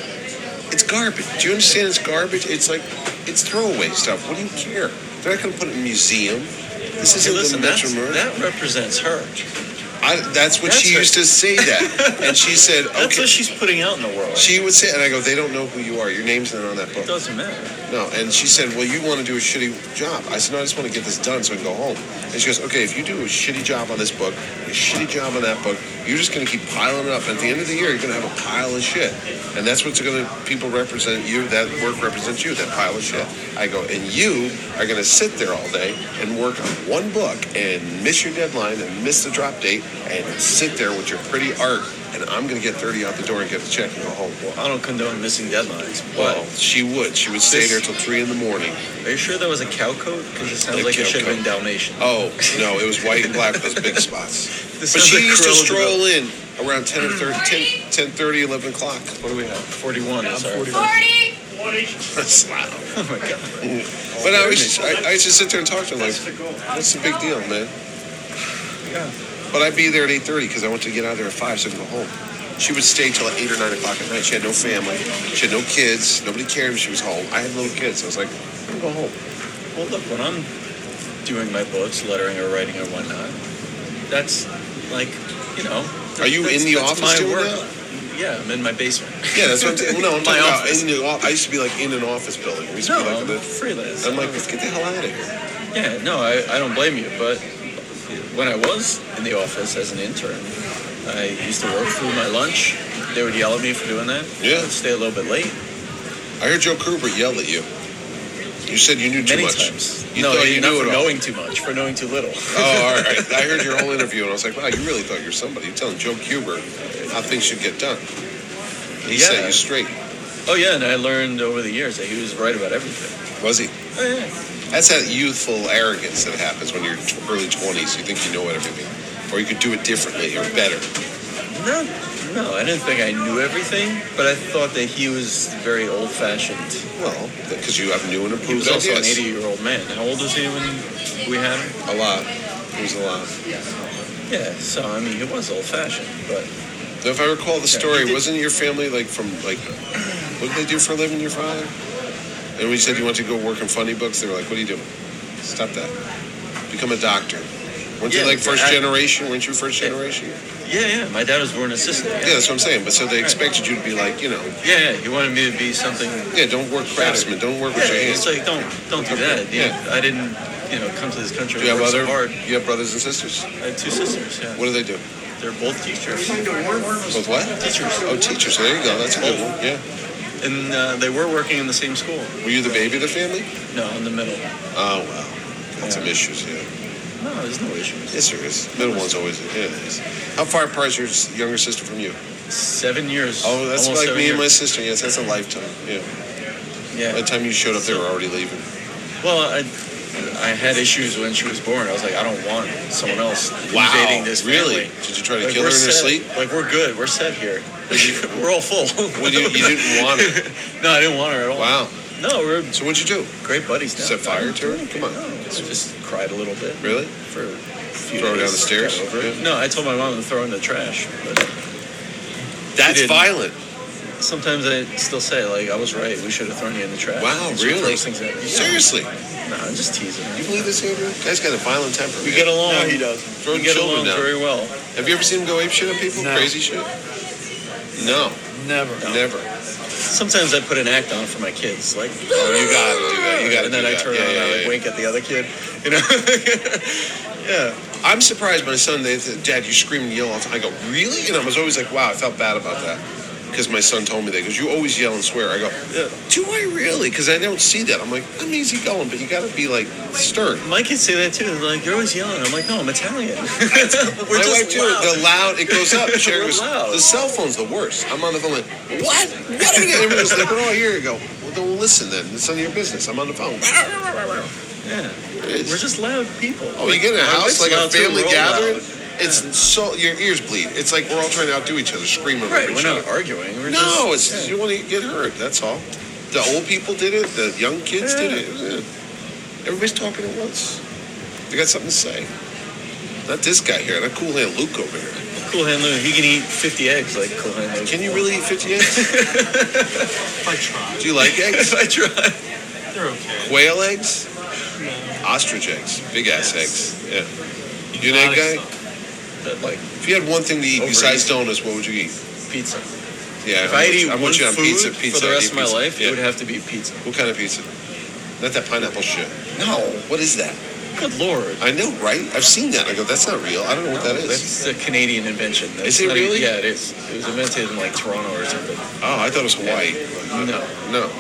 G: it's garbage. Do you understand? It's garbage. It's like it's throwaway stuff. What do you care? They're not going to put it in a museum. This
I: Hey, listen,
G: isn't the
I: that's,
G: Metro Marine.
I: that represents her.
G: I, that's what
I: That's
G: she
I: her.
G: used to say that, and she said,
I: That's
G: "Okay."
I: what she's putting out in the world.
G: She would say, and I go, "They don't know who you are. Your name's not on that
I: It
G: book."
I: doesn't matter.
G: No, and she said, "Well, you want to do a shitty job." I said, "No, I just want to get this done so I can go home." And she goes, "Okay, if you do a shitty job on this book, a shitty job on that book, you're just going to keep piling it up. And at the end of the year, you're going to have a pile of shit, and that's what's going to people represent you. That work represents you. That pile of shit." I go, "And you are going to sit there all day and work on one book and miss your deadline and miss the drop date and sit there with your pretty art." And I'm gonna get 30 out the door and get the check and go home. Well,
I: I don't condone missing deadlines, but
G: well, she would. She would stay
I: This-
G: there till three in the morning.
I: are you sure that was a cow coat? Because it sounds
G: A
I: like
G: cow
I: it should have been
G: coat.
I: Dalmatian.
G: Oh no, it was white and black with those big spots.
I: This
G: But
I: sounds
G: she
I: like
G: used to
I: Cruella de
G: stroll in around 10 or 30, 10, 10 30, 11 o'clock. What do we have?
I: 41 is our.
G: That's loud.
I: Oh my god.
G: Mm. But I was just, I, I used to sit there and talk to him like, what's the big deal, man?
I: Yeah.
G: But I'd be there at eight thirty because I wanted to get out of there at five so I could go home. She would stay till eight or nine o'clock at night. She had no family. She had no kids. Nobody cared if she was home. I had little kids. I was like, I'm gonna go home.
I: Well, look, when I'm doing my books, lettering or writing or whatnot, that's like, you know.
G: Are you
I: that's-
G: in the
I: that's
G: office
I: my
G: doing
I: work.
G: that?
I: Yeah, I'm in my basement.
G: Yeah, that's what I'm saying. No, I'm
I: my
G: talking about
I: office.
G: in the, off- I used to be like in an office building. We used to
I: No,
G: be like
I: I'm
G: in the-
I: freelance.
G: I'm like, let's get the hell out of here.
I: Uh, Yeah, no, I, I don't blame you, but when I was in the office as an intern, I used to work through my lunch. They would yell at me for doing that.
G: Yeah.
I: I'd stay a little bit late.
G: I heard Joe Kubert yell at you. You said you knew too
I: Many
G: much.
I: times.
G: You
I: no,
G: thought
I: you
G: you
I: not
G: knew
I: for
G: it all.
I: knowing too much, for knowing too little.
G: Oh, all right. I heard your whole interview, and I was like, wow, you really thought you were somebody. You're telling Joe Kubert how things should get done. He
I: Yeah.
G: set you straight.
I: Oh yeah, and I learned over the years that he was right about everything.
G: Was he?
I: Oh yeah.
G: That's that youthful arrogance that happens when you're t- early 20s. You think you know everything, or you could do it differently or better.
I: No, no, I didn't think I knew everything, but I thought that he was very old-fashioned.
G: Well, because you have new and improved
I: He was also an
G: ideas.
I: 80-year-old man. How old was he when we had him?
G: A lot. It was a lot.
I: Yeah, so I mean, he was old-fashioned, but
G: Now, if I recall the
I: Yeah,
G: story,
I: he did-
G: wasn't your family like from like what did they do for a living? Your father? And we said you want to go work in funny books. They were like, "What are you doing? Stop that! Become a doctor." Weren't you
I: Yeah,
G: like first
I: I-
G: generation? Weren't you first
I: Yeah.
G: generation? Yeah.
I: yeah, yeah, my dad was born assistant. Yeah.
G: that's what I'm saying. But so they expected you to be like, you know,
I: Yeah, yeah, he wanted me to be something.
G: yeah, don't work craftsman, don't work
I: Yeah,
G: with your
I: it's
G: hands.
I: like don't don't do that. You-
G: Yeah.
I: I didn't, you know, come to this country
G: Do you have
I: work so
G: other?
I: hard.
G: You have brothers and sisters.
I: I had two sisters. Yeah,
G: What Oh, do they do?
I: they're both teachers.
G: Both what?
I: Teachers.
G: Oh, teachers. There you go. That's a good
I: Oh.
G: one. Yeah.
I: And uh, they were working in the same school.
G: Were you the baby of the family?
I: No, in the middle.
G: Oh wow, got some
I: Yeah.
G: issues. Yeah.
I: No, there's no issues.
G: Yes, there is. Middle one's always yeah, there is. How far apart is your s- younger sister from you?
I: Seven years.
G: Oh, that's
I: almost
G: like
I: seven
G: me and my
I: years.
G: sister. Yes, that's a lifetime. Yeah. By the
I: Yeah.
G: time you showed up, they were already leaving.
I: Well, I, I had issues when she was born. I was like, I don't want someone else invading this family.
G: really? Did you try to
I: Like,
G: kill her
I: we're
G: in her
I: set.
G: sleep?
I: Like we're good. We're set here. we're all full.
G: Well, you- you didn't want her.
I: no, I didn't want her at all.
G: Wow.
I: No, we're
G: So what'd you do?
I: great buddies now.
G: Set fire to her? Come on.
I: So just cried a little bit.
G: Really?
I: For a few
G: Throw it
I: days,
G: down the stairs?
I: got over it.
G: Yeah.
I: No, I told my mom to throw it in the trash. But she
G: That's
I: didn't.
G: violent.
I: Sometimes I still say like I was right. We should have thrown you in the trash.
G: Wow,
I: And she
G: really?
I: throws things at me. Yeah.
G: Seriously?
I: No, I'm just teasing. her.
G: You believe this, Andrew? Guy's got a violent temper.
I: We
G: man.
I: get along.
G: No, he does.
I: We
G: Throwing
I: get along
G: children down.
I: very well.
G: Have you ever seen him go ape shit on people?
I: No.
G: Crazy shit? No,
I: Never.
G: never.
I: Sometimes I put an act on for my kids, like
G: Oh, you gotta do that. You gotta
I: and then
G: do
I: I
G: that.
I: turn
G: Yeah,
I: around
G: yeah,
I: and I like
G: yeah.
I: wink at the other kid. You know? yeah.
G: I'm surprised my son, they said, Dad, you scream and yell all the time. I go, Really? And I was always like, Wow, I felt bad about that. Because my son told me that. Because you always yell and swear. I go,
I: Yeah.
G: Do I really? Because I don't see that. I'm like, I'm easy going, but you gotta be like stern.
I: My kids say that too. They're like, you're always yelling. I'm like, no, I'm Italian. We're
G: my
I: just
G: wife too.
I: loud.
G: The loud, it goes up. Sherry
I: We're
G: goes,
I: loud.
G: the cell phone's the worst. I'm on the phone. Like, what? What are you doing? Everyone's like, we're all here. You go. Well, don't listen then. It's none of your business. I'm on the phone.
I: Yeah.
G: It's-
I: We're just loud people.
G: Oh, you get in a
I: My
G: house
I: wife's
G: like a
I: loud, too.
G: family
I: We're all
G: gathering.
I: loud.
G: It's so your ears bleed. It's like we're all trying to outdo each other, screaming
I: Right.
G: over
I: We're
G: each
I: not
G: other.
I: arguing. We're
G: No,
I: just,
G: it's you want to get hurt. That's all. The old people did it. The young kids did
I: Yeah.
G: it. Yeah. Everybody's talking at once. They got something to say. Not this guy here. Not cool hand Luke over here.
I: Cool hand Lou. He can eat 50 eggs like Cool hand Lou.
G: Can you really eat 50 eggs? Do you like eggs?
I: if I try.
L: They're okay.
G: Whale eggs? Ostrich eggs. Big ass eggs. Yeah. You an egg guy? Like, if you had one thing to eat
I: Overeat.
G: besides donuts, what would you eat?
I: Pizza.
G: Yeah.
I: If I
G: I want
I: ate
G: you- I
I: one
G: want you on
I: food
G: pizza, pizza.
I: for the
G: I'd
I: rest
G: eat
I: of my
G: pizza.
I: life,
G: Yeah.
I: it would have to be pizza.
G: What kind of pizza? Not that pineapple shit. No. What is that?
I: Good lord.
G: I know, right? I've seen that. I go, that's not real. I don't know what that is.
I: That's a Canadian invention. That's
G: Is it
I: not even-
G: really?
I: yeah, it is. It was invented in like Toronto or something.
G: Oh, I thought it was Hawaii.
I: No,
G: No.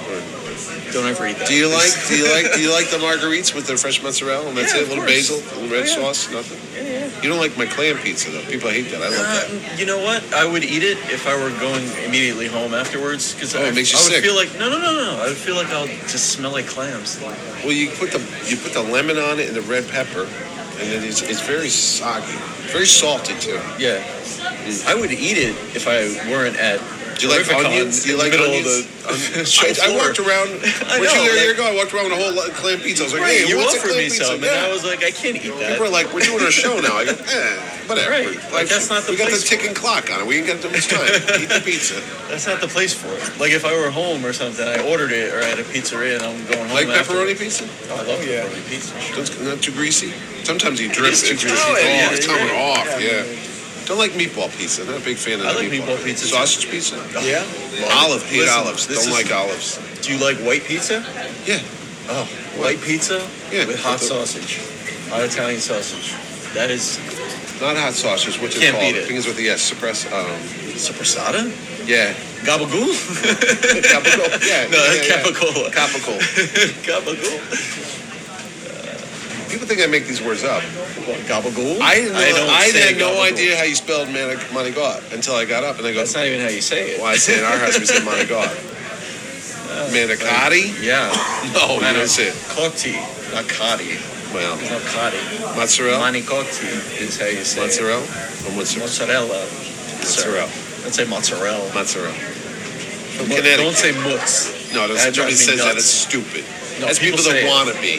I: don't ever eat that.
G: Do you like do you like do you like the margaritas with the fresh mozzarella and that's
I: Yeah,
G: it? A
I: of
G: little
I: course.
G: basil, a little red
I: Yeah.
G: sauce, nothing.
I: Yeah, yeah.
G: You don't like my clam pizza though. People hate that. I love that.
I: Uh, you know what? I would eat it if I were going immediately home afterwards because
G: Oh,
I: I,
G: it makes you
I: I would
G: sick.
I: feel like no, no, no, no. I would feel like I'll just smell like clams.
G: Well, you put the you put the lemon on it and the red pepper, and then it's, it's very soggy, very salty too.
I: Yeah, I would eat it if I weren't at.
G: Do you like
I: Terrificon
G: onions? Do you
I: in the
G: like
I: middle of
G: onions?
I: the- on the show
G: I, I
I: floor.
G: walked around.
I: I
G: weren't
I: know,
G: you there a year
I: like-
G: ago? I walked around with a whole lot of clam pizza. I was like,
I: Right,
G: hey,
I: you
G: what's a
I: offered
G: clam
I: me
G: pizza?
I: some,
G: Yeah.
I: and I was like, I can't eat that.
G: People are like, we're doing our show now. I go, eh, whatever.
I: Right, like, that's not the
G: We got the
I: place for
G: ticking clock on it. We ain't got that much time. Eat the pizza.
I: That's not the place for it. Like if I were home or something, I ordered it or I had a pizzeria and I'm going home.
G: Like pepperoni
I: afterwards.
G: pizza?
I: Oh, I love pepperoni pizza. Sure.
G: Don't, not too greasy. Sometimes you drip
I: is
G: it.
I: too greasy.
G: It's
I: Oh,
G: oh,
I: yeah,
G: it's
I: you're
G: coming
I: right.
G: off. Yeah. Don't like meatball pizza. Not a big fan of
I: I
G: the
I: like meatball pizza, too.
G: Sausage pizza.
I: Yeah.
G: Olive. Hate
I: Listen,
G: olives.
I: this
G: Don't
I: is-
G: like olives.
I: Do you like white pizza?
G: Yeah.
I: Oh, white pizza
G: Yeah.
I: with hot sausage, hot Italian sausage. That is
G: Not hot sausage. What's it
I: Can't
G: called?
I: beat it.
G: Things with the yes. Suppress. Um,
I: soppressata.
G: yeah.
I: Gabagool?
G: Gabagool, yeah,
I: no,
G: yeah, yeah.
I: capicola.
G: Capicola.
I: Gabagool.
G: People think I make these words up.
I: What, gabagool?
G: I didn't know, I,
I: don't say
G: had no
I: gabagool.
G: idea how you spelled Manigot until I got up and I go.
I: That's not even how you say it.
G: Well, I say in our house we say Manigot. Manicotti?
I: Yeah.
G: No,
I: Mano-
G: that's it.
I: Cotti, not cotti.
G: Well,
I: It's not cotti.
G: mozzarella,
I: Manicotti is how you say it.
G: mozzarella, or mozzarella,
I: Mozzarella.
G: mozzarella,
I: Let's say mozzarella.
G: mozzarella. From
I: But
G: Connecticut.
I: Don't say mutz.
G: no, that's,
I: that
G: nobody
I: drives me
G: says that.
I: nuts.
G: It's stupid.
I: No,
G: that's people,
I: people
G: that
I: say it.
G: want to be.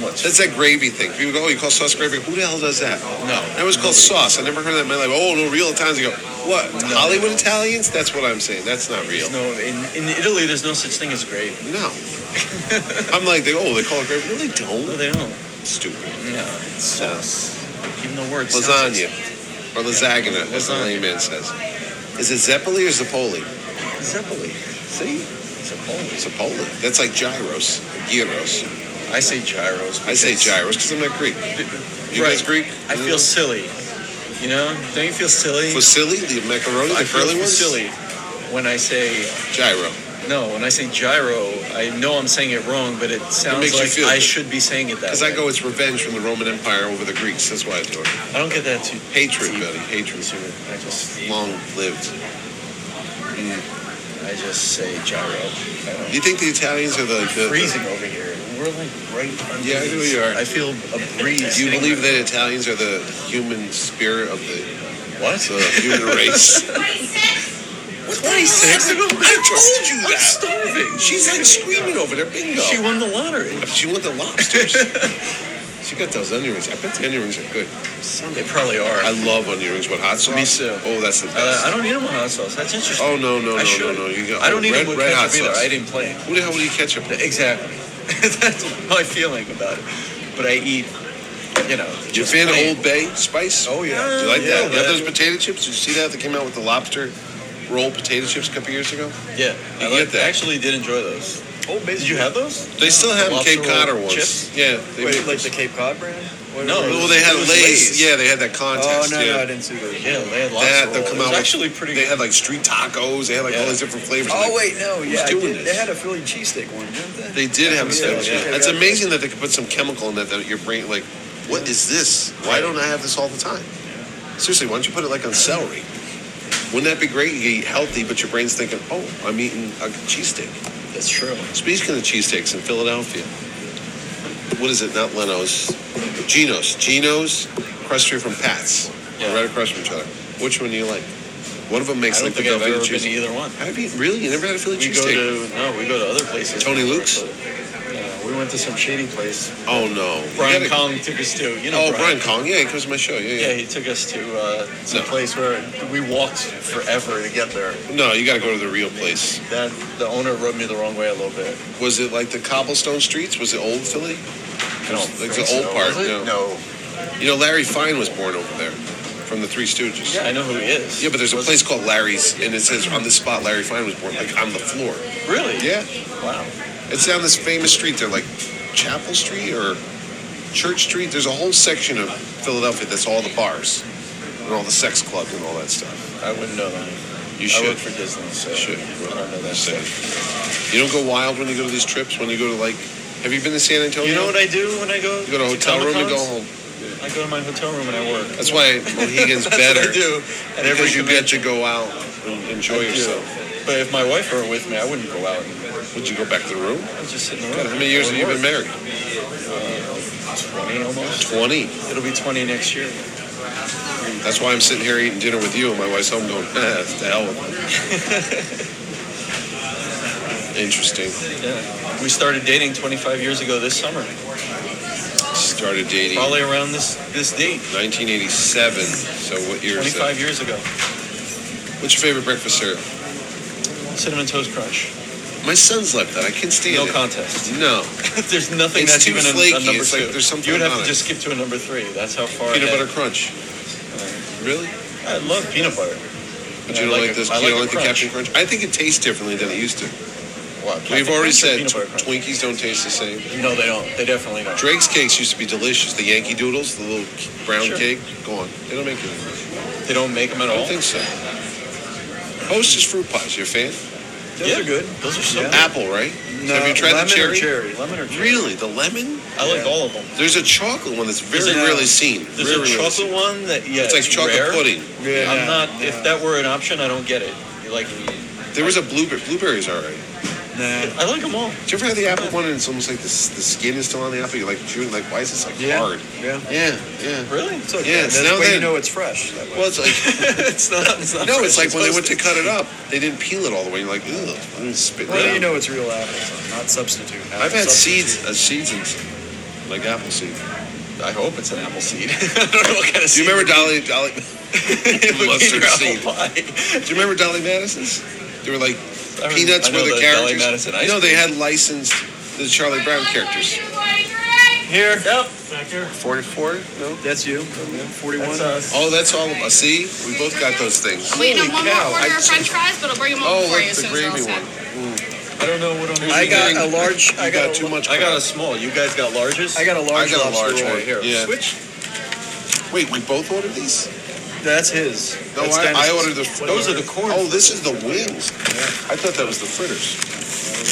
I: Mutz.
G: That's that gravy thing. People go, oh, you call sauce gravy? Who the hell does that?
I: No.
G: That was called sauce. I never heard that in my life. Oh, no, real Italians. You go, what?
I: No.
G: Hollywood Italians? That's what I'm saying. That's not real.
I: No, in, in Italy, there's no such thing as gravy.
G: No. I'm like, they, oh, they call it gravy. No, they
I: No,
G: don't.
I: they don't.
G: Stupid.
I: No, it's sauce. Even the word sounds like-
G: Lasagna. Or lasagna, as the
I: Lasagna.
G: lame man says. Is it Zeppoli or Zapoli?
I: Zeppoli.
G: See?
I: Zeppoli.
G: Zapoli. That's like gyros. Gyros.
I: I say gyros.
G: I say
I: because-
G: gyros because I'm not Greek. You guys
I: Right.
G: Greek? Mm.
I: I feel silly. You know? Don't you feel silly?
G: Fusilli, the macaroni,
I: I
G: the
I: feel
G: curly ones?
I: silly when I say
G: Gyro.
I: no. When I say gyro, I know I'm saying it wrong, but it sounds
G: makes you
I: like
G: feel
I: I
G: good.
I: should be saying it that
G: Because
I: way.
G: I go, it's revenge from the Roman Empire over the Greeks. That's why I do it.
I: I don't get that too.
G: Hatred,
I: deep
G: buddy. Hatred.
I: into it. I just,
G: Long lived.
I: I just say gyro. I don't-
G: You think the Italians are the. the,
I: freezing over here. We're like right under.
G: Yeah, I know
I: these-
G: you are.
I: I feel a breeze.
G: Do you
I: hitting
G: believe
I: my-
G: that Italians are the human spirit of the,
I: What?
G: the human race?
I: Twenty-six.
G: I told you
I: I'm
G: that.
I: starving. Oh.
G: She's like screaming over there. Bingo.
I: She won the lottery.
G: She went the lobsters. She got those onion rings. I bet the onion rings are good.
I: They probably are.
G: I love onion rings with hot sauce.
I: Me too.
G: Oh, that's the
I: Uh,
G: best.
I: I don't eat them with hot sauce. That's interesting.
G: Oh no no
I: I
G: no no
I: should.
G: no! You got
I: I don't eat
G: red,
I: them with
G: red hot
I: ketchup either.
G: sauce.
I: I didn't play.
G: Who the hell would eat ketchup?
I: Exactly. That's my feeling about it. But I eat, you know.
G: You
I: just
G: fan of
I: plain.
G: Old Bay spice? Oh
I: yeah.
G: Do you like
I: Uh, Yeah,
G: that? You have
I: man.
G: those potato chips? Did you see that that came out with the lobster roll potato chips a couple years ago?
I: Yeah.
G: You
I: I
G: get
I: like,
G: that.
I: actually did enjoy those. Old Bay. Oh, Did you have those?
G: They still have
I: The
G: Cape
I: lobster roll
G: Cod ones.
I: Chips?
G: Yeah. They
I: Wait,
G: make
I: like the Cape Cod brand?
G: no, well, they had Lay's. Yeah, they had that contest.
I: Oh no,
G: yeah.
I: no, I didn't see those. Yeah, they had lobster
G: That
I: roll.
G: they'll
I: It
G: come
I: was
G: out with.
I: actually pretty.
G: They had like street tacos. They had like all
I: Yeah.
G: these different flavors. I'm
I: Oh
G: like,
I: wait, no,
G: who's
I: yeah, I
G: doing
I: did- they
G: this?
I: had a Philly cheesesteak one, didn't they?
G: They did have a
I: Yeah,
G: sandwich.
I: yeah.
G: That's amazing that they could put some chemical in that that your brain like, what is this? Why don't I have this all the time? Seriously, why don't you put it like on celery? Wouldn't that be great? You eat healthy, but your brain's thinking, oh, I'm eating a cheesesteak.
I: That's true.
G: Speaking of cheesesteaks in Philadelphia, what is it? Not Leno's, Geno's. Geno's, across the street from Pat's. They're Right across from each other. Which one do you like? One of them
I: I
G: makes
I: don't
G: like the
I: think I've ever
G: Velveeta
I: been
G: cheese.
I: to either one.
G: Have you really? You never had a Philly
I: We go
G: cheesesteak?
I: to no, we go to other places.
G: Tony Luke's?
I: Yeah, we went to some shady place.
G: Oh no. You
I: Brian
G: gotta-
I: Kong took us to. You know.
G: oh, Brian Kong. Yeah, he comes to my show. Yeah, yeah.
I: Yeah, he took us to uh, some
G: No.
I: place where we walked forever to get there.
G: No, you got to go to the real place.
I: Then the owner rubbed me the wrong way a little bit.
G: Was it like the cobblestone streets? Was it old Philly?
I: I don't
G: Like
I: think
G: the old
I: so.
G: part,
I: Was it?
G: yeah.
I: No.
G: You know, Larry Fine was born over there from the Three Stooges.
I: Yeah, I know who he is.
G: Yeah, but there's a
I: Was-
G: place called Larry's, and it says on this spot Larry Fine was born, like on the floor.
I: Really?
G: Yeah,
I: Wow.
G: it's down this famous street there, like Chapel Street or Church Street. There's a whole section of Philadelphia that's all the bars and all the sex clubs and all that stuff.
I: I wouldn't know that.
G: You
I: I
G: should.
I: work for Disney, so
G: You should.
I: I don't know that
G: Just
I: stuff.
G: saying. You don't go wild when you go to these trips. When you go to like, have you been to San Antonio?
I: You know what I do when I go?
G: You go to a hotel room and go
I: Comic-Cons?
G: home.
I: I go to my hotel room and I work.
G: That's why Mohegan's
I: That's
G: better.
I: What I do. at every
G: Because you
I: convention.
G: get to go out and
I: I
G: enjoy
I: do.
G: yourself.
I: But if my wife were with me, I wouldn't go out.
G: Would you go back to the room?
I: I'd just sit in the
G: God,
I: room.
G: how many years have you been married?
I: Twenty almost.
G: 20.
I: It'll be twenty next year.
G: That's why I'm sitting here eating dinner with you and my wife's home going, eh, to hell with it. Interesting.
I: Yeah. We started dating twenty-five years ago this summer.
G: Started dating
I: Probably around this this date.
G: 1987. So what year is that?
I: Twenty-five years ago.
G: What's your favorite breakfast cereal?
I: Cinnamon toast crunch.
G: My son's left that. I can't stand
I: No
G: it.
I: contest.
G: No.
I: there's nothing
G: It's
I: that's
G: too
I: even a-
G: flaky.
I: a, number
G: It's
I: two.
G: like there's something
I: you would have
G: on
I: to
G: it.
I: just skip to a number three. That's how far.
G: Peanut
I: ahead.
G: butter crunch. Really?
I: I love peanut butter.
G: But
I: Uh, I
G: you don't
I: like
G: like,
I: a-
G: this?
I: I
G: you don't
I: like a
G: like the
I: crunch.
G: Captain Crunch? I think it tastes differently than it used to.
I: What?
G: We've already said
I: peanut butter
G: tw-
I: crunch.
G: Twinkies don't taste the same.
I: No, they don't. They definitely don't.
G: Drake's cakes used to be delicious. The Yankee Doodles, the little k- brown
I: Sure.
G: cake, gone. They don't make it anymore.
I: They don't make them at
G: I
I: all.
G: don't think so. Hostess fruit pies. You a fan?
I: Those are good. Those are so good.
G: Apple, right?
I: No,
G: Have you tried
I: lemon
G: the
I: Or
G: cherry?
I: cherry? Lemon or cherry?
G: Really, the lemon?
I: I like all of them.
G: There's a chocolate one that's very
I: There's a-
G: rarely seen.
I: There's
G: very
I: a
G: rarely seen.
I: chocolate one that yeah,
G: It's like chocolate
I: rare.
G: pudding.
I: Yeah, I'm not. If that were an option, I don't get it. You like?
G: There was a blueberry. Blueberries are right.
I: I like them all.
G: Did you ever have the apple one and it's almost like this, the skin is still on the apple? You're like chewing, like, why is this like hard?
I: Yeah.
G: Yeah, yeah.
I: Really? It's okay.
G: Yeah, it's now then.
I: it's fresh. That way.
G: Well, it's like,
I: it's not. It's not.
G: no,
I: fresh,
G: it's like when they went to
I: toasted.
G: cut it up, they didn't peel it all the way. You're like, ugh, I'm gonna spit it out.
I: know it's real apples, not substitute.
G: I've had seeds, uh, seeds and like apple seed.
I: I hope it's an apple seed. I don't know what kind of
G: Do
I: seed.
G: you remember Dolly? Dolly?
I: it would be in
G: mustard
I: your apple
G: seed?
I: pie.
G: Do you remember Dolly Madison's? They were like
I: I remember- I
G: peanuts were
I: know
G: the
I: the Dolly
G: characters.
I: Madison ice
G: No, they had licensed the Charlie Brown characters.
I: Here. Yep. Back here.
G: Forty-four? No.
I: That's you. Forty-one.
G: Oh, that's all. Uh, see, we both got those things.
J: We
G: Holy
J: need one
G: cow,
J: more order
G: I-
J: of french fries, but I'll bring them over
G: Oh,
J: for
G: like
J: you as
G: the
J: soon as we're all
G: gravy
J: set.
G: one.
I: I don't know what I'm.
G: I got a large-
I: I
G: you
I: got,
G: got too much
I: I got
G: crap.
I: a small. You guys got larges.
M: I got a large
G: I got a
M: lobster
G: large
M: roll
G: one.
M: here.
G: Yeah.
I: Switch.
G: Wait, we both ordered these?
M: That's his.
G: No,
M: That's
G: I, I
M: Dennis's.
G: ordered the.
I: Those are the corn.
G: Oh, this is the wings. I thought that was the fritters.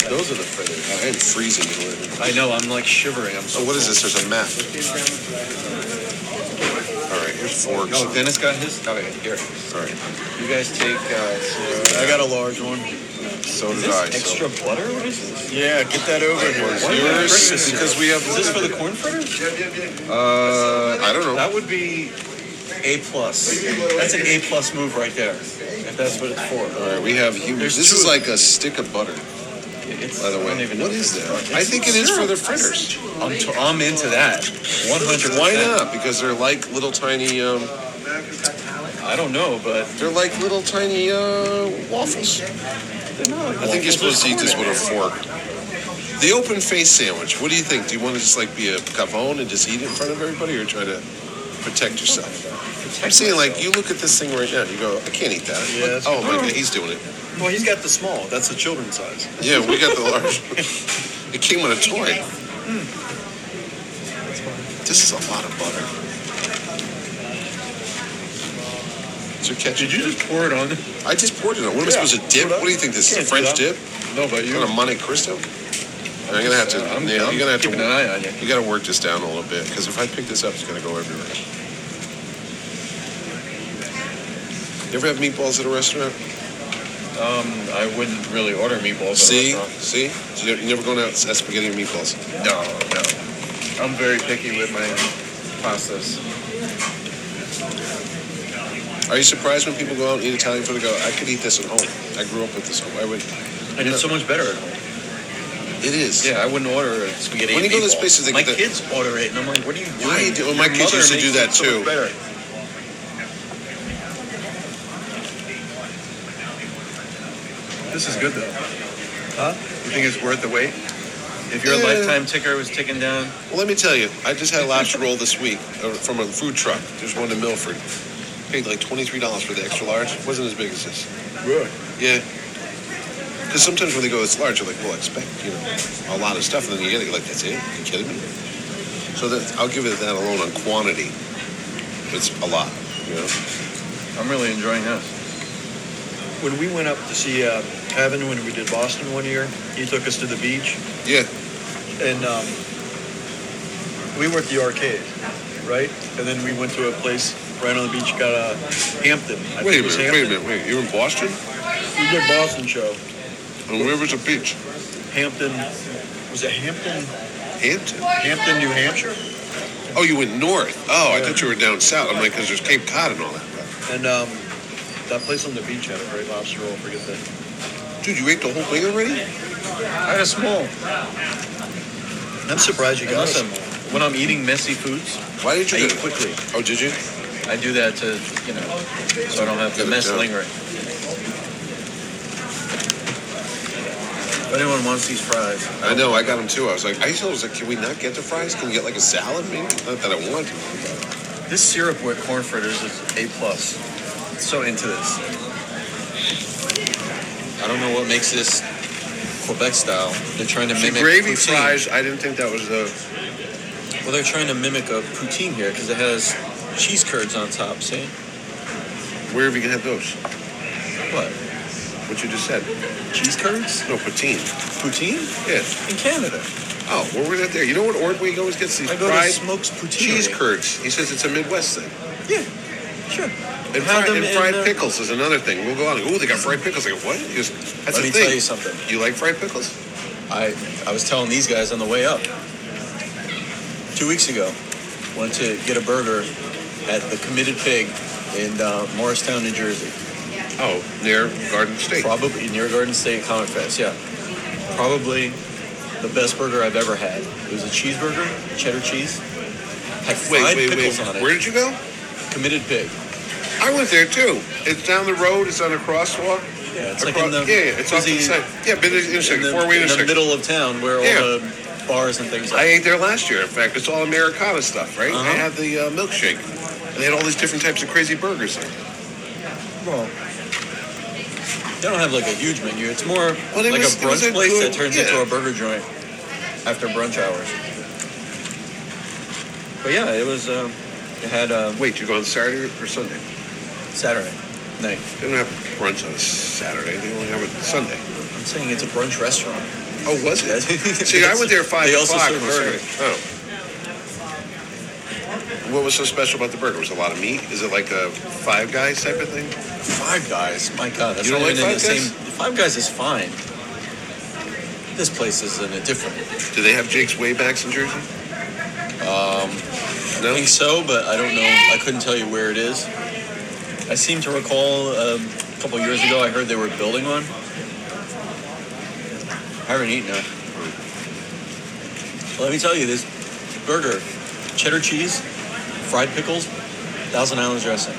G: Those are the fritters. I am freezing. here.
I: I know. I'm like shivering. I'm so.
G: So what is this? There's a map. All right, here's forks.
I: No, Dennis got his. Oh, yeah, here.
G: Sorry.
I: You guys take. Uh, so-
M: I got a large one.
G: So
I: Is
G: did
I: this
G: I.
I: extra butter? What is this?
M: Yeah, get that over here.
G: so yours because we have.
I: Is this for the corn fritters?
G: Uh, I don't know.
I: That would be a plus. That's an A plus move right there. If that's what it's for.
G: All right, we have humans.
I: There's
G: This
I: two
G: is
I: of
G: like a stick of butter.
K: It's,
G: By the way,
K: I don't even know
G: what
K: if
G: is
K: it's
G: that?
K: fun.
G: I
K: It's-
G: think it is for the fritters.
K: I'm, t- I'm into that. 100%.
G: Why not? Because they're like little tiny. Um,
K: I don't know, but
G: they're like little tiny uh, waffles. I think you're supposed to eat this with a fork. The open face sandwich. What do you think? Do you want to just like be a cavone and just eat it in front of everybody, or try to protect yourself? I'm seeing like you look at this thing right now. You go, I can't eat that.
K: Yeah, that's-
G: oh my god, he's doing it.
K: Well, he's got the small. That's the children's size.
G: Yeah, we got the large. it came with a toy. This is a lot of butter. Is there ketchup?
K: Did you just pour it on?
G: I just poured it on. What am I
K: Yeah,
G: supposed to dip? What do you think? This is a
K: Can't do
G: French
K: that.
G: dip?
K: No, but you.
G: Kind of Monte Cristo? I'm gonna have to.
K: Uh, I'm-
G: yeah,
K: I'm
G: you're gonna have to.
K: keeping an eye on you.
G: You gotta work this down a little bit because if I pick this up, it's gonna go everywhere. You ever have meatballs at a restaurant?
K: Um, I wouldn't really order meatballs. at a
G: See,
K: restaurant.
G: see, you never going out at spaghetti and meatballs.
K: No, no. I'm very picky with my pastas.
G: Are you surprised when people go out and eat Italian food and go, I could eat this at home? I grew up with this. Why would?
K: And it's so much better at home.
G: It is.
K: Yeah, I wouldn't order a spaghetti.
G: When
K: and
G: you go to
K: meatball.
G: spaces, they
K: my
G: get the-
K: kids order it, and I'm like, "What are you doing?"
G: Why you do- well, my
K: Your
G: kids
K: mother
G: used to
K: makes
G: do that
K: it so much
G: too.
K: better. This is good though. Huh? You think it's worth the wait? If your
G: Yeah.
K: lifetime ticker was ticking down,
G: Well, let me tell you, I just had a lobster roll this week uh, from a food truck. There's one in Milford. Paid like twenty-three dollars for the extra large. wasn't as big as this.
K: Really?
G: Yeah. Because sometimes when they go it's large, you're like, well, I expect you know a lot of stuff, and then you get it, you're like, that's it? you kidding me? So that I'll give it that alone on quantity. It's a lot, you know.
K: I'm really enjoying this.
N: When we went up to see uh, Kevin when we did Boston one year, he took us to the beach.
G: Yeah.
N: And um, we were at the arcade, right? And then we went to a place right on the beach, got a Hampton. I think
G: Wait
N: it
G: a
N: was
G: minute, wait a
N: Hampton.
G: minute, wait. You're in Boston,
N: We did Boston show.
G: and where was the beach?
N: Hampton, was it Hampton?
G: Hampton.
N: Hampton, New Hampshire.
G: Oh, you went north. Oh, I thought you were down south. I'm like, because there's Cape Cod and all that.
N: And um, that place on the beach had a great lobster roll. Forget that.
G: Dude, you ate the whole thing already?
K: I had a small.
N: I'm surprised you
K: And
N: got
K: listen,
N: it.
K: when I'm eating messy foods,
G: Why did you
K: I
G: do
K: eat
G: that?
K: quickly.
G: Oh, did you?
K: I do that to, you know, so I don't have the
G: Get it
K: mess
G: down.
K: lingering. If anyone wants these fries,
G: I know, I got them too. I was like, I told I was like, can we not get the fries? Can we get like a salad? Maybe not that I want.
K: this syrup with corn fritters is a plus. So into this.
I: I don't know what makes this Quebec style. They're trying to
G: The
I: mimic
G: gravy
I: poutine.
G: fries, I didn't think that was uh, the.
I: Well, they're trying to mimic a poutine here because it has cheese curds on top. See
G: Where have you gonna have those?
I: what?
G: What you just said?
I: Cheese curds?
G: No poutine.
I: Poutine
G: Yeah.
I: in Canada.
G: Oh, well, we're not there. You know what Ordway always gets these
I: I go to
G: fried
I: Smokes Poutine.
G: cheese curds. He says it's a Midwest thing.
I: Sure.
G: And,
I: Have
G: fri-
I: them
G: and
I: in
G: fried
I: the-
G: pickles is another thing. We'll go on. and go, Oh, they got fried pickles. I go, what? He goes, That's
I: Let
G: a
I: me
G: thing.
I: tell you something.
G: You like fried pickles?
I: I I was telling these guys on the way up two weeks ago. Went to get a burger at the Committed Pig in uh, Morristown, New Jersey.
G: Oh, near Garden State.
I: Probably near Garden State Comic Fest. Yeah, probably the best burger I've ever had. It was a cheeseburger, cheddar cheese, had
G: Wait,
I: fried
G: wait, wait.
I: pickles on it.
G: Where did you go?
I: Committed Pig.
G: I went there too. It's down the road. It's on a crosswalk.
I: Yeah, it's like
G: Across-
I: in the
G: yeah, yeah, it's off to the
I: busy-
G: side. Yeah, but it's
I: in
G: interesting.
I: the,
G: Four way
I: in the
G: intersection.
I: middle of town where all
G: Yeah.
I: the bars and things.
G: I
I: Are.
G: ate there last year. In fact, it's all Americana stuff, right? I
I: Uh-huh.
G: had the uh, milkshake. And they had all these different types of crazy burgers. There.
I: Well, they don't have like a huge menu. It's more
G: Well, they
I: like
G: was-
I: a
G: it was
I: brunch
G: a
I: place
G: good-
I: that turns
G: yeah.
I: into a burger joint after brunch hours. But yeah, it was. Um, it had um,
G: Wait, you go on Saturday or Sunday?
I: Saturday night.
G: They don't have brunch on a Saturday. They only have it Sunday.
I: I'm saying it's a brunch restaurant.
G: Oh, was it? See, I went there at five
I: They also
G: o'clock.
I: serve
G: on
I: dessert.
G: Saturday. Oh. What was so special about the burger? Was it a lot of meat? Is it like a Five Guys type of thing?
I: Five Guys. My God, that's
G: You don't
I: not even
G: like
I: in
G: Five
I: the
G: Guys?
I: same. Five Guys is fine. This place is in a different.
G: Do they have Jake's Waybacks in Jersey?
I: Um, I think so, but I don't know. I couldn't tell you where it is. I seem to recall um, a couple years ago I heard they were building one.
O: I haven't eaten it.
I: Let me tell you, this burger, cheddar cheese, fried pickles, Thousand Island dressing.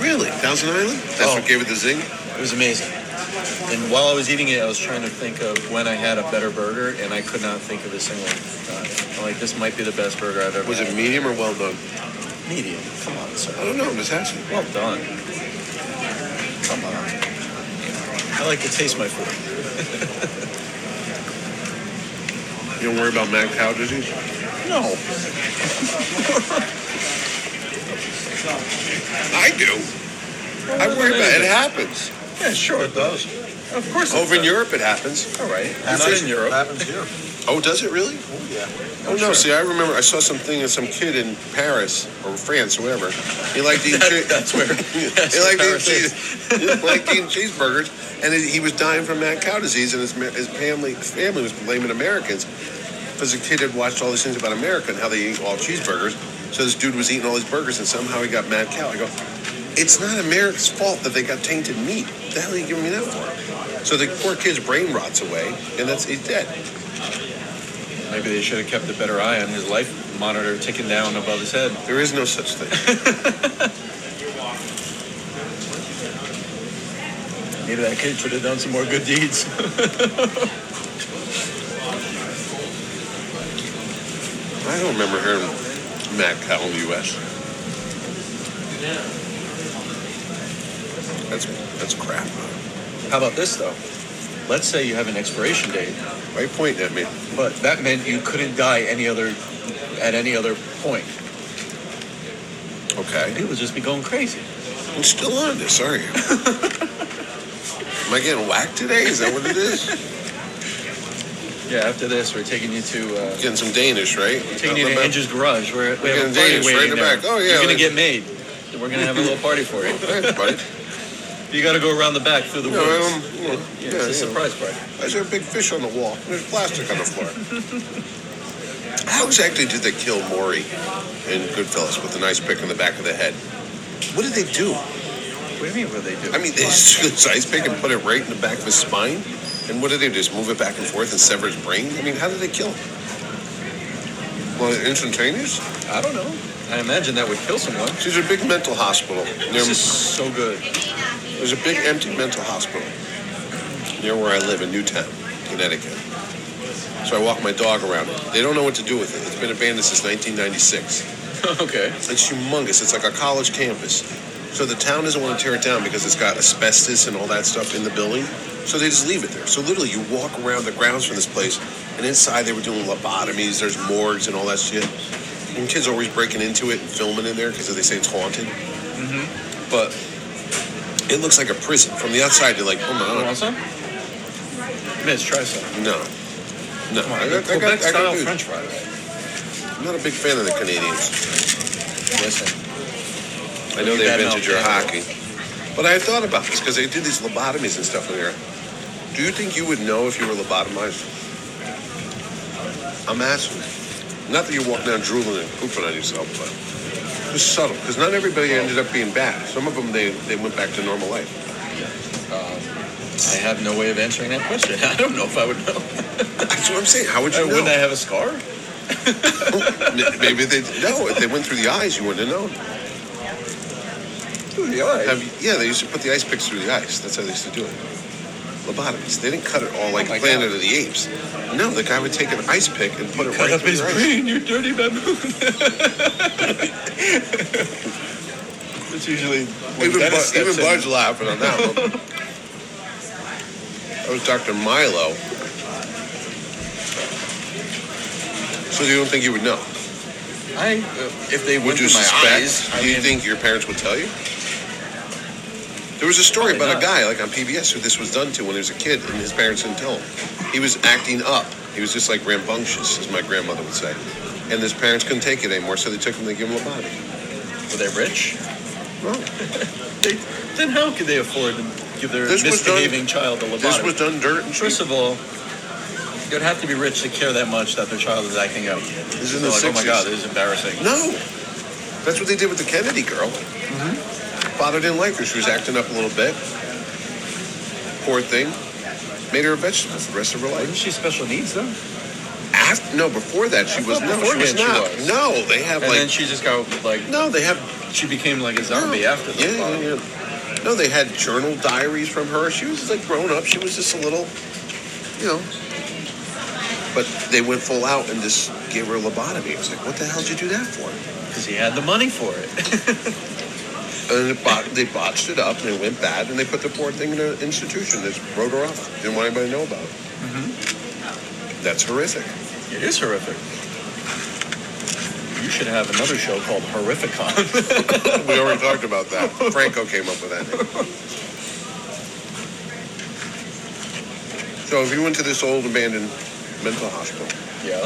G: Really? Thousand Island? That's what gave it the zing?
I: It was amazing. And while I was eating it, I was trying to think of when I had a better burger, and I could not think of a single one. Uh, I'm like, this might be the best burger I've ever
G: Was
I: had.
G: it medium or well done?
I: Medium. Come on, sir.
G: I don't know. I'm just asking.
I: Well done. Come on. I like to taste my food.
G: You don't worry about mad cow disease?
I: no.
G: I do. I worry about it. It happens.
I: Yeah, sure it does. Of course.
G: Over in Europe, it happens.
I: All right.
G: I'm not in Europe.
I: Happens here.
G: Oh, does it really?
I: Oh, yeah.
G: Oh no! See, I remember I saw something of some kid in Paris or France, or whatever. He liked eating. che-
I: that's where- that's
G: he liked
I: where
G: eating,
I: Paris
G: cheese, he liked eating cheeseburgers, and he he was dying from mad cow disease, and his ma- his family his family was blaming Americans because the kid had watched all these things about America and how they eat all cheeseburgers. So this dude was eating all these burgers, and somehow he got mad cow. I go, it's not America's fault that they got tainted meat. What the hell are you giving me that for? So the poor kid's brain rots away, and that's he's dead.
I: Maybe they should have kept a better eye on his life monitor ticking down above his head.
G: There is no such thing.
I: Maybe that kid should have done some more good deeds.
G: I don't remember hearing Matt Cowell U.S. That's that's crap.
I: How about this though? Let's say you have an expiration date,
G: Why are you pointing at me?
I: but that meant you couldn't die any other at any other point.
G: Okay,
I: People would just be going crazy.
G: I'm still on this. Are you? Am I getting whacked today? Is that what it is?
I: Yeah. After this, we're taking you to uh,
G: Getting some Danish, right?
I: we're taking you to Andrew's garage. We're we
G: We're
I: have a party
G: getting Danish
I: waiting
G: right in the
I: there.
G: back. Oh, yeah,
I: You're gonna
G: like-
I: get made. And We're gonna have a little party for you.
G: Thanks, buddy.
I: You gotta go around the back through the
G: No,
I: woods.
G: I don't-
I: yeah,
G: yeah,
I: it's a
G: yeah.
I: surprise party.
G: Why is there a big fish on the wall? There's plastic on the floor. How exactly did they kill Maury in Goodfellas with a nice pick in the back of the head? What did they do?
I: What do you mean? What do they do?
G: I mean, they just took this ice pick and put it right in the back of his spine. And what did they do? Just move it back and forth and sever his brain? I mean, how did they kill him? Well, instantaneous?
I: I don't know. I imagine that would kill someone.
G: She's a big mental hospital. Near,
I: This is so good.
G: there's a big empty mental hospital near where I live in Newtown, Connecticut. So I walk my dog around it. They don't know what to do with it. It's been abandoned since 1996.
I: okay.
G: It's humongous. It's like a college campus. So the town doesn't want to tear it down because it's got asbestos and all that stuff in the building. So they just leave it there. So literally, you walk around the grounds for this place, and inside they were doing lobotomies. There's morgues and all that shit. And kids are always breaking into it and filming in there because they say it's haunted.
I: Mm-hmm.
G: But it looks like a prison from the outside. You're like, oh my
I: You
G: god,
I: want some? Miz, try some.
G: no, no.
I: Come on.
G: I got- I got-
I: Quebec
G: I got
I: style
G: food.
I: French fries.
G: I'm not a big fan of the Canadians.
I: Listen.
G: I know
I: You
G: they
I: bad
G: invented
I: mouth
G: your
I: Canada.
G: hockey. But I thought about this because they did these lobotomies and stuff in there. Do you think you would know if you were lobotomized? I'm asking. Not that you walk down drooling and pooping on yourself, but just subtle. Because not everybody ended up being bad. Some of them, they, they went back to normal life.
I: I have no way of answering that question. I don't know if I would know.
G: That's what I'm saying. How would you
I: Uh, Wouldn't I
G: know?
I: have a scar?
G: M- Maybe they no. If they went through the eyes, you wouldn't have known.
I: Through the eye.
G: Have, yeah, they used to put the ice picks through the ice. That's how they used to do it. Lobotomies. They didn't cut it all like
I: Oh my
G: Planet
I: God.
G: of the Apes. No, the guy would take an ice pick and put it
I: Cut
G: right
I: up
G: through
I: his
G: your eye.
I: brain, you dirty baboon. it's usually when
G: Even,
I: Dennis
G: Bud,
I: steps
G: even
I: in.
G: Bud's laughing on that one. That was Dr. Milo. So you don't think you would know?
I: I, uh, if they
G: Would
I: went
G: you
I: through
G: suspect?
I: my eyes, I
G: Do you
I: mean,
G: think your parents would tell you? There was a story
I: Probably not.
G: about a guy like on PBS who this was done to when he was a kid, and his parents didn't tell him. He was acting up. He was just like rambunctious, as my grandmother would say. And his parents couldn't take it anymore, so they took him. They gave him a body.
I: were they rich?
G: Well,
I: They, then how could they afford to give their
G: This was done-
I: misbehaving child a lobotomy?
G: this was done dirt and cheap.
I: First of all, you'd have to be rich to care that much that their child is acting out.
G: is
I: This
G: in
I: like,
G: the
I: oh my
G: 60s.
I: god, this is embarrassing.
G: No. That's what they did with the Kennedy girl.
I: Mm-hmm.
G: Father didn't like her. She was acting up a little bit. Poor thing. made her a vegetable for the rest of her life. Wasn't
I: she special needs though?
G: After, no, before that she was no, she was not. No, they have
I: and
G: like
I: then she just got like.
G: No, they have.
I: She became like a zombie
G: No.
I: after the
G: Yeah,
I: follow-
G: yeah, yeah. No, they had journal diaries from her. She was like grown up. She was just a little, you know. But they went full out and just gave her a lobotomy. It was like, what the hell did you do that for?
I: Because he had the money for it.
G: And it bot- they botched it up and it went bad and they put the poor thing in an institution. They just wrote her off. Didn't want anybody to know about it.
I: Mm-hmm.
G: That's horrific.
I: It is horrific. You should have another show called Horrificon.
G: we already talked about that. Franco came up with that. So if you went to this old abandoned mental hospital
I: yeah.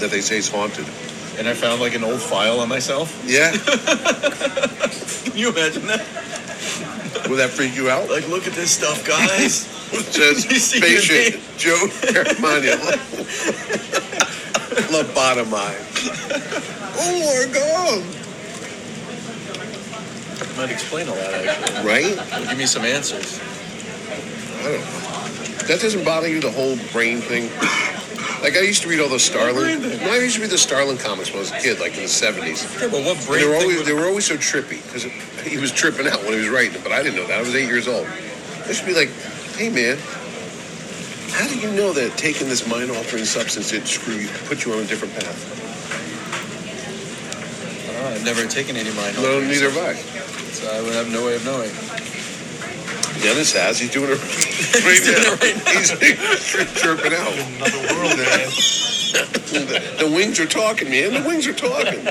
G: that they say is haunted,
I: And I found like an old file on myself.
G: yeah,
I: Can you imagine that?
G: would that freak you out?
I: Like, look at this stuff, guys.
G: It says
I: You see your
G: patient Joe Caramagna lobotomized.
I: oh my god. Might explain a lot actually.
G: Right?
I: Give me some answers.
G: I don't know. That doesn't bother you, the whole brain thing? Like I used to read all those Starlin. No, I used to read the Starlin comics when I was a kid, like in the seventies.
I: Yeah, but what
G: And
I: brain
G: they were
I: thing
G: always
I: would-
G: they were always so trippy because he was tripping out when he was writing it, but I didn't know that. I was eight years old. I should be like, hey man, how do you know that taking this mind altering substance didn't screw you, put you on a different path?
I: I don't know, I've never taken any mind.
G: No,
I: altering
G: neither have
I: substances,
G: I.
I: So uh, I would have no way of knowing.
G: Dennis has. He's doing it right now. He's, he's tripping out. Another world, man. the, the wings are talking, man. The wings are talking.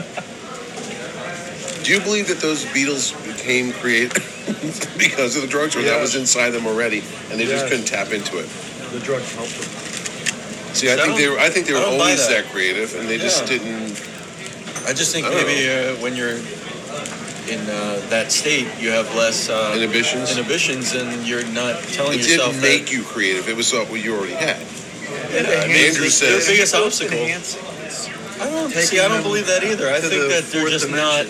G: Do you believe that those Beatles became created because of the drugs, or that was inside them already, and they just
I: Yes.
G: couldn't tap into it?
I: The drug helped them.
G: See, I
I: I
G: think
I: don't-
G: they were. I think they
I: I
G: were
I: don't buy
G: always
I: that.
G: that. creative, and they just
I: Yeah.
G: didn't.
I: I just think
G: I don't
I: maybe uh, when you're in uh, that state, you have less uh,
G: Inhibitions?
I: Inhibitions, and you're not telling
G: It
I: yourself
G: didn't make you creative. It was uh, what you already had.
I: that.
G: I mean, Andrew
I: It's the
G: says-
I: biggest obstacle. I don't see. I don't believe that either. I
G: to
I: think
G: the
I: that they're
G: fourth
I: just not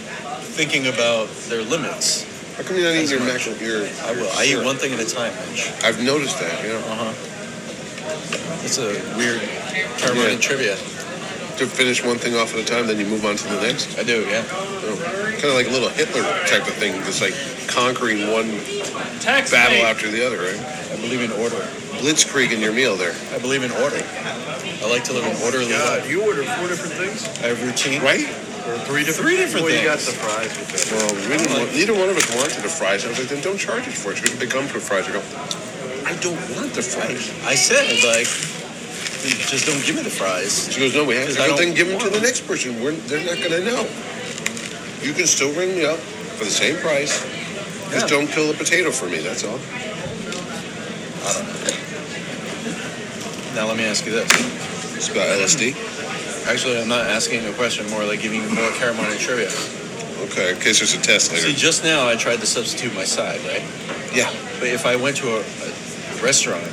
I: thinking about their limits.
G: How come you're not eating your mac and your?
I: I will. I eat one thing at a time. Mitch.
G: I've noticed that. You know,
N: Uh-huh.
I: Uh huh. It's a weird term
G: Yeah.
I: in trivia.
G: to finish one thing off at a time, then you move on to the next.
I: I do. Yeah.
G: kind of like a little Hitler type of thing, just like conquering one battle after the other, right?
I: I believe in order.
G: Blitzkrieg in your meal there,
I: I believe in order. I like to live an orderly life.
N: Oh you ordered four different things?
I: I have routine.
G: right?
N: Or three different
I: Three different
N: Well, you got
I: things.
N: the fries with that.
G: Well, we didn't want, neither one of us wanted the fries. I was like, then don't charge us for it. Shouldn't they come for fries? I go, I don't want the fries.
I: I said like, just don't give me the fries.
G: She goes, no, we have
I: Because
G: to.
I: I
G: But then
I: don't
G: give them to the next person. We're, they're not going to know. You can still ring me up for the same price. Just
I: Yeah.
G: don't kill the potato for me. That's all.
I: Now let me ask you this.
G: It's about LSD.
I: Mm-hmm. Actually, I'm not asking you a question. More like giving you more Caramonte trivia.
G: Okay, in case there's a test
I: See,
G: later.
I: just now I tried to substitute my side, right?
G: Yeah.
I: But if I went to a, a restaurant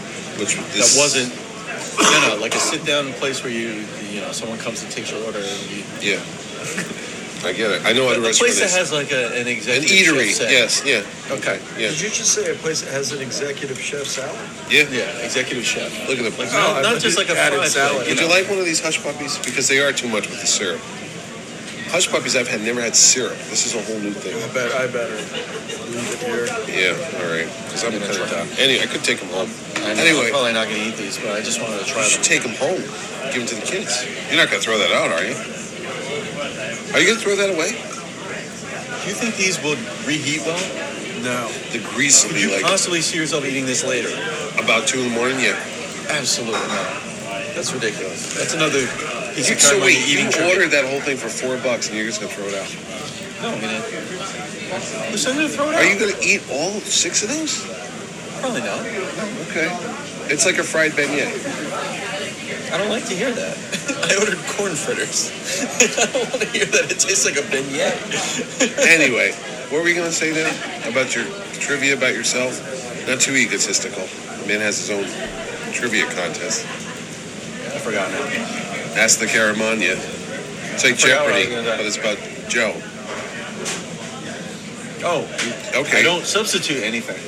G: Which
I: that
G: this,
I: wasn't, no, no, like a sit-down place where you, you know, someone comes and takes your order. And you,
G: Yeah. I get it. I know
I: but
G: what a
I: a
G: restaurant
I: place that
G: is.
I: has like a, an
G: An
I: executive
G: eatery,
I: chef set.
G: yes, yeah,
I: Okay.
G: yeah.
N: Did you just say a place that has an executive chef salad?
I: Yeah, executive chef.
G: Look at them.
I: Like not,
N: Oh, I
I: not
N: put
I: just like a
N: added
I: fried Like,
N: salad.
I: you
G: Would you
I: know,
G: like one of these hush puppies? Because they are too much with the syrup. Hush puppies I've had never had syrup. This is a whole new thing.
N: I bet I better leave it here.
G: Yeah, all right. 'Cause I'm
I: I'm gonna
G: kinda
I: try.
G: done. Anyway, I could take them home.
I: I know, Oh,
G: Anyway,
I: I'm probably not gonna eat these, but I just wanted to
G: you
I: try
G: should
I: them.
G: take them home. Give them to the kids. You're not gonna throw that out, are you? Are you gonna throw that away?
I: Do you think these will reheat well?
N: No.
G: The grease will
I: Could
G: be
I: you
G: like
I: possibly see yourself eating this later?
G: about two in the morning. Yeah.
I: Absolutely not. That's ridiculous. That's another piece
G: You,
I: of
G: so
I: cardboard
G: wait, you
I: eating trivia.
G: ordered that whole thing for four bucks and you're just gonna throw it out?
I: No, I'm gonna. Just I'm gonna throw it
G: Are
I: out.
G: you gonna eat all six of those?
I: Probably not.
G: Okay. It's like a fried beignet.
I: I don't like to hear that. I ordered corn fritters. I don't want to hear that. It tastes like a beignet.
G: anyway, what were we going to say then about your trivia about yourself? Not too egotistical. The man has his own trivia contest.
I: I forgot now.
G: Ask the Caramagna. It's like
I: I forgot what I was
G: Jeopardy,
I: gonna do.
G: but it's about Joe.
I: Oh,
G: Okay.
N: Oh,
I: I don't substitute anything.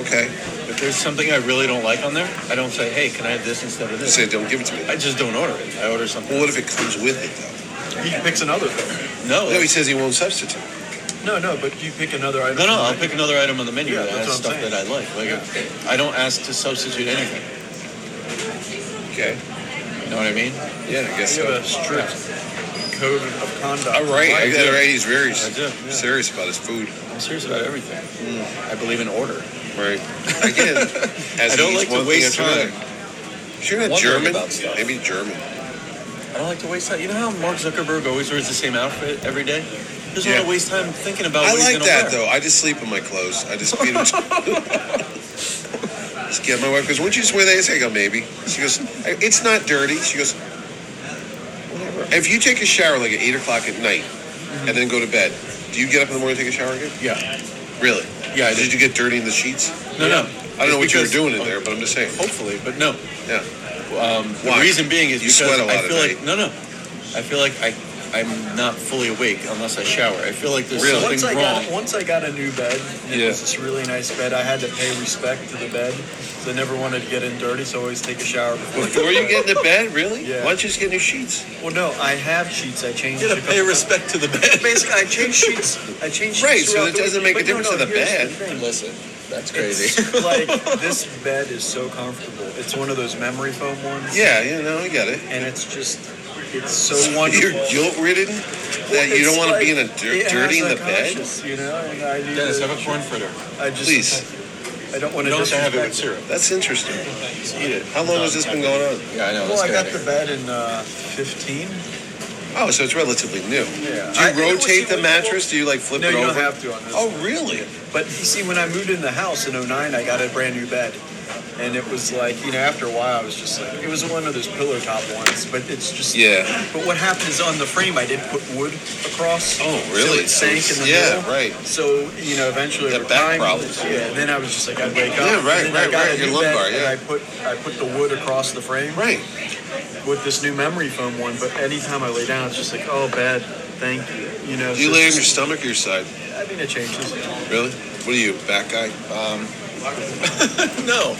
G: Okay.
I: If
N: there's something I really don't like on there, I don't say, hey, can I have this instead of this?
G: Say, "Don't give it to me."
N: I just don't order it. I order something.
G: Well, what if it comes with it though?
N: He picks another thing. No.
G: No, he says he won't substitute.
N: No, no, but you pick another item.
G: No, no,
N: on the
G: I'll
N: menu.
H: pick another item on the menu
N: Yeah,
H: that has
N: that's what
H: stuff
N: I'm saying.
H: that I like. Like,
N: Yeah. I don't ask to substitute anything.
G: Okay.
H: You know what I mean?
G: Yeah, I guess
N: You
G: so.
N: have a strict code of conduct.
G: All right,
N: I
G: I
N: do.
G: got right. He's very
N: I do, yeah.
G: serious about his food.
N: I'm serious about everything. I believe in order.
G: Right. Again, as
N: I don't
G: he eats
N: like to
G: one thing
N: waste
G: after another.
N: time
G: Sure, not
N: wondering
G: German.
N: about stuff.
G: Maybe German.
N: I don't like to waste time. You know how Mark Zuckerberg always wears the same outfit every day? He doesn't
G: Yeah.
N: want to waste time thinking about
G: I
N: what Oh, he's
G: like
N: going to
G: that
N: wear.
G: though. I just sleep in my clothes. I just feed them. Just get my wife goes. Wouldn't you just wear this? I go maybe. She goes. It's not dirty. She goes. Whatever. If you take a shower like at eight o'clock at night, and then go to bed, do you get up in the morning and take a shower again?
N: Mm-hmm. Yeah.
G: Really?
N: Yeah, I
G: Did, you get dirty in the sheets?
N: No, no.
G: I don't know what
N: It's
G: you were
N: because-
G: doing in there, but I'm just saying.
N: Hopefully, but no.
G: Yeah.
N: Um,
G: Why?
N: The reason being is
G: You
N: because
G: sweat a lot
N: I
G: at
N: feel like no, no. I feel like I I'm not fully awake unless I shower. I feel like there's
G: Really?
N: something
G: Once I
N: wrong.
G: got-
N: once I got a new bed,
G: it Yeah. was
N: this really nice bed. I had to pay respect to the bed. I never wanted to get in dirty, so I always take a shower
G: Before you get into bed, really?
N: Oh, Yeah.
G: Why don't you just get new sheets?
N: Well, no, I have sheets. I changed.
G: You gotta pay
N: respect to the bed. Basically, I changed sheets. I changed sheets.
G: Right, so
N: throughout
G: it
N: the
G: doesn't
N: week.
G: make a
N: But no,
G: difference
N: no,
G: to the
N: here's
G: bed.
N: thing.
H: Listen, that's
N: It's like this bed is so comfortable. It's one of those memory foam ones.
G: Yeah, you know, I get it.
N: And it's just, it's so wonderful.
G: You're guilt ridden that you don't want to be in a dir- dirty in the bed.
N: You know, and I need
G: Dennis,
N: to-
G: have a corn fritter.
N: I just,
G: Please.
N: I don't want to
G: You don't have to have it with
N: disrespect
G: syrup. That's interesting.
N: Just eat it.
G: How long has this been going on? Yeah, I know,
N: Well,
G: let's
N: I
G: get
N: got
G: out
N: the
G: of
N: bed in uh, 15.
G: Oh, so it's relatively new.
N: Yeah.
G: Do you
N: I- you know what's
G: rotate the
N: even-
G: mattress? Do you like flip
N: no,
G: it
N: you
G: over?
N: don't have to on this.
G: Oh, really?
N: But you see, when I moved in the house in 09, I got a brand new bed. And it was like, you know, after a while, I was just like, it was one of those pillow top ones, but it's just.
G: Yeah.
N: But what happened is on the frame, I did put wood across.
G: Oh, really?
N: So it sank in the
G: Yeah,
N: middle.
G: right.
N: So, you know, eventually.
G: The
N: over
G: back
N: time,
G: problems.
N: Yeah, and then I was just like, I'd wake up.
G: Yeah, right,
N: and then I
G: right,
N: got
G: right,
N: A
G: your
N: new
G: lumbar,
N: bed,
G: yeah.
N: And I put, I put the wood across the frame.
G: Right.
N: With this new memory foam one, but anytime I lay down, it's just like, oh, bed, thank you. You know.
G: Do you
N: so
G: lay on
N: it's
G: your
N: just-
G: stomach or your side?
N: I mean, it changes.
G: Really? What are you, back guy? Um,
H: no.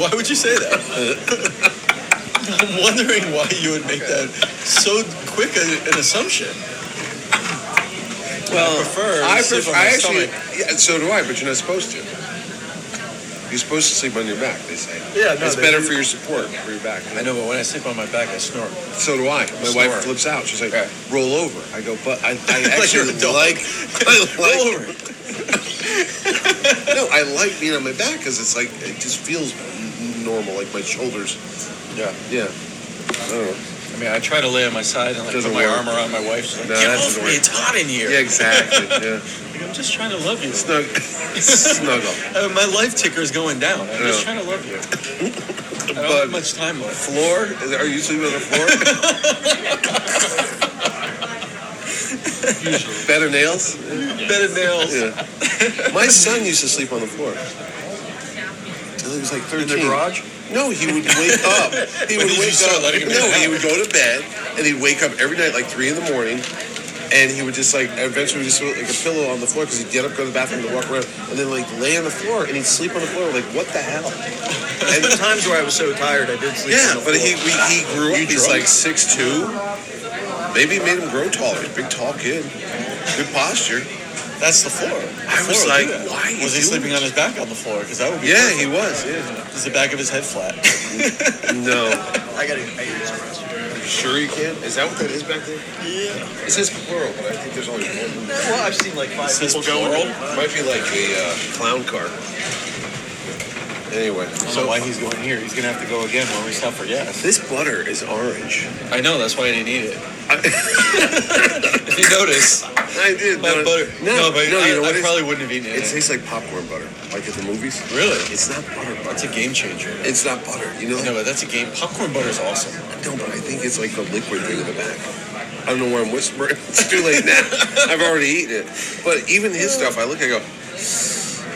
H: Why would you say that? I'm wondering why you would make that so quick a, an assumption.
G: well,
H: prefer to
G: I,
H: sleep
G: prefer-
H: on my
G: I actually. Yeah, so do I, but you're not supposed to. You're supposed to sleep on your back. They say.
N: Yeah, no,
G: It's
N: they
G: better
N: do.
G: for your support for your back.
N: I know, but when I sleep on my back, I snore.
G: So do I. My
N: Snore.
G: wife flips out. She's like, "Roll over." I go, "But I, I actually
H: Like you're a dog.
G: like, I like no, I like being on my back because it's like it just feels normal, like my shoulders.
N: Yeah.
G: Yeah. I don't know.
N: I mean, I try to lay on my side and like
G: Doesn't
N: put my
G: work.
N: arm around my wife. She's like,
G: No,
N: get
G: that
N: off
G: doesn't
N: me!
G: work.
N: It's hot in here.
G: Yeah, exactly. Yeah.
N: Like, I'm just trying to love you.
G: Snug, snuggle.
N: Uh, my life ticker is going down. I'm just
G: Yeah.
N: trying to love you. I don't
G: But-
N: have much time left.
G: Floor? Is- Are you sleeping on the floor? Better nails.
N: Bed of nails.
G: Yeah. My son used to sleep on the floor. Till he was like 13.
N: In the garage?
G: No, he would wake up. He would
N: When did you
G: wake
N: start
G: up.
N: letting him
G: No,
N: in?
G: he would go to bed and he'd wake up every night like three in the morning. And he would just like eventually just put like a pillow on the floor because he'd get up, go to the bathroom, and walk around, and then like lay on the floor and he'd sleep on the floor. Like what the hell?
N: And the times where I was so tired, I did sleep.
G: Yeah,
N: on the
G: but he
N: floor.
G: we, he grew up.
N: You
G: He's like
N: drunk?
G: six two. Maybe it made him grow taller. He's a big tall kid, good posture.
H: That's the floor.
G: I
H: The
G: was
H: floor
G: like,
H: will do that.
G: why
H: Was
G: is he
H: he sleeping
G: doing
H: on his back on the floor? Because that would be.
G: Yeah, he was. Yeah.
H: perfect. Is the back of his head flat?
G: No.
N: I gotta. I gotta use my restroom.
G: Sure you can. Is that what that is back there?
N: Yeah.
G: It says plural, but I think there's only one.
N: Well, I've seen like five
H: Is this
N: people go.
H: plural?
N: in.
G: Might be like a uh, clown car. Anyway,
H: I don't
G: so
H: know why he's going here. He's gonna have to go again when we stop for gas.
G: this butter is orange.
H: I know. That's why I didn't eat it. if you notice,
G: I did.
H: my
G: notice-
H: butter.
G: No,
H: but
G: no,
H: I,
G: you know
H: I
G: what? it is?
H: probably wouldn't have eaten
G: It
H: it.
G: tastes like popcorn butter, like at the movies.
H: really?
G: It's not butter, but
H: That's a game changer.
G: it's not butter. You know,
H: No, but that's a game. Popcorn butter is awesome.
G: No, but I think it's like the liquid thing in the back. I don't know why I'm whispering. It's too late now. I've already eaten it. But even his stuff, I look, I go,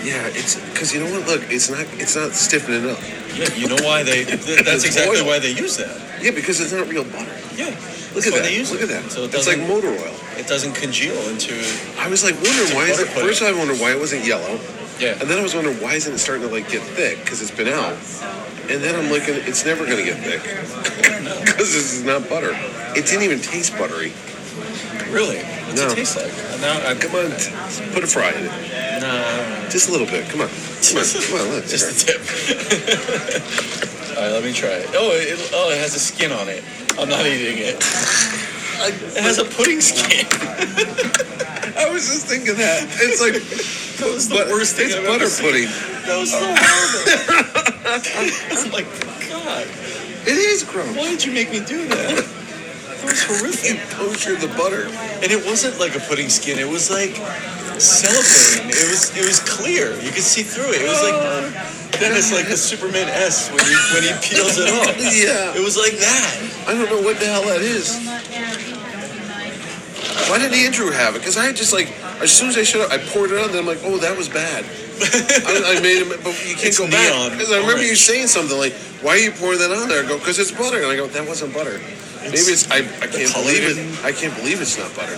G: yeah, it's because you know what? Look, it's not, it's not stiffening up.
H: Yeah, you know why they? th-
G: It's
H: That's exactly
G: oil.
H: why they use that.
G: Yeah, because it's not real butter.
H: Yeah.
G: Look
H: that's
G: at that.
H: why Oh, They use
G: Look
H: it.
G: at that.
H: So it
G: it's like
H: doesn't.
G: motor oil.
H: it doesn't congeal into.
G: I was like wondering
H: It's a
G: why. Is
H: butter
G: it,
H: pudding.
G: first, I wondered why it wasn't yellow.
I: Yeah.
G: And then I was wondering why isn't it starting to like get thick because it's been out. And then I'm looking, it's never going to get thick because this is not butter. It didn't even taste buttery.
I: Really? What's it taste like? Now,
H: uh,
I: I,
G: come on, t- put a fry in it. No. Just a little bit. Come on. Come on. Come on. Look.
I: Just a tip. All right, let me try it. Oh, it, oh, it has a skin on it. I'm not eating it. It has a pudding skin.
G: I was just thinking that. It's like
I: that was the worst thing
G: It's
I: I've
G: butter
I: ever seen.
G: pudding.
I: That was so horrible. it's like, God.
G: It is gross.
I: Why did you make me do that? That was horrific.
G: You punctured the butter.
I: And it wasn't like a pudding skin. It was like cellophane. It was it was clear. You could see through it. It was like then it's like the Superman S when he when he peels it off.
G: Yeah.
I: It was like that.
G: I don't know what the hell that is. Why did Andrew have it? Because I just like as soon as I showed up, I poured it on. Then I'm like, oh, that was bad. I, I made him, but you can't
I: It's
G: go back.
I: neon Oh,
G: Because I remember you
I: orange.
G: saying something like, why are you pouring that on there? I go, because it's butter. And I go, that wasn't butter. Maybe it's I, I
I: the
G: can't
I: color
G: believe
I: didn't-
G: it. I can't believe it's not butter.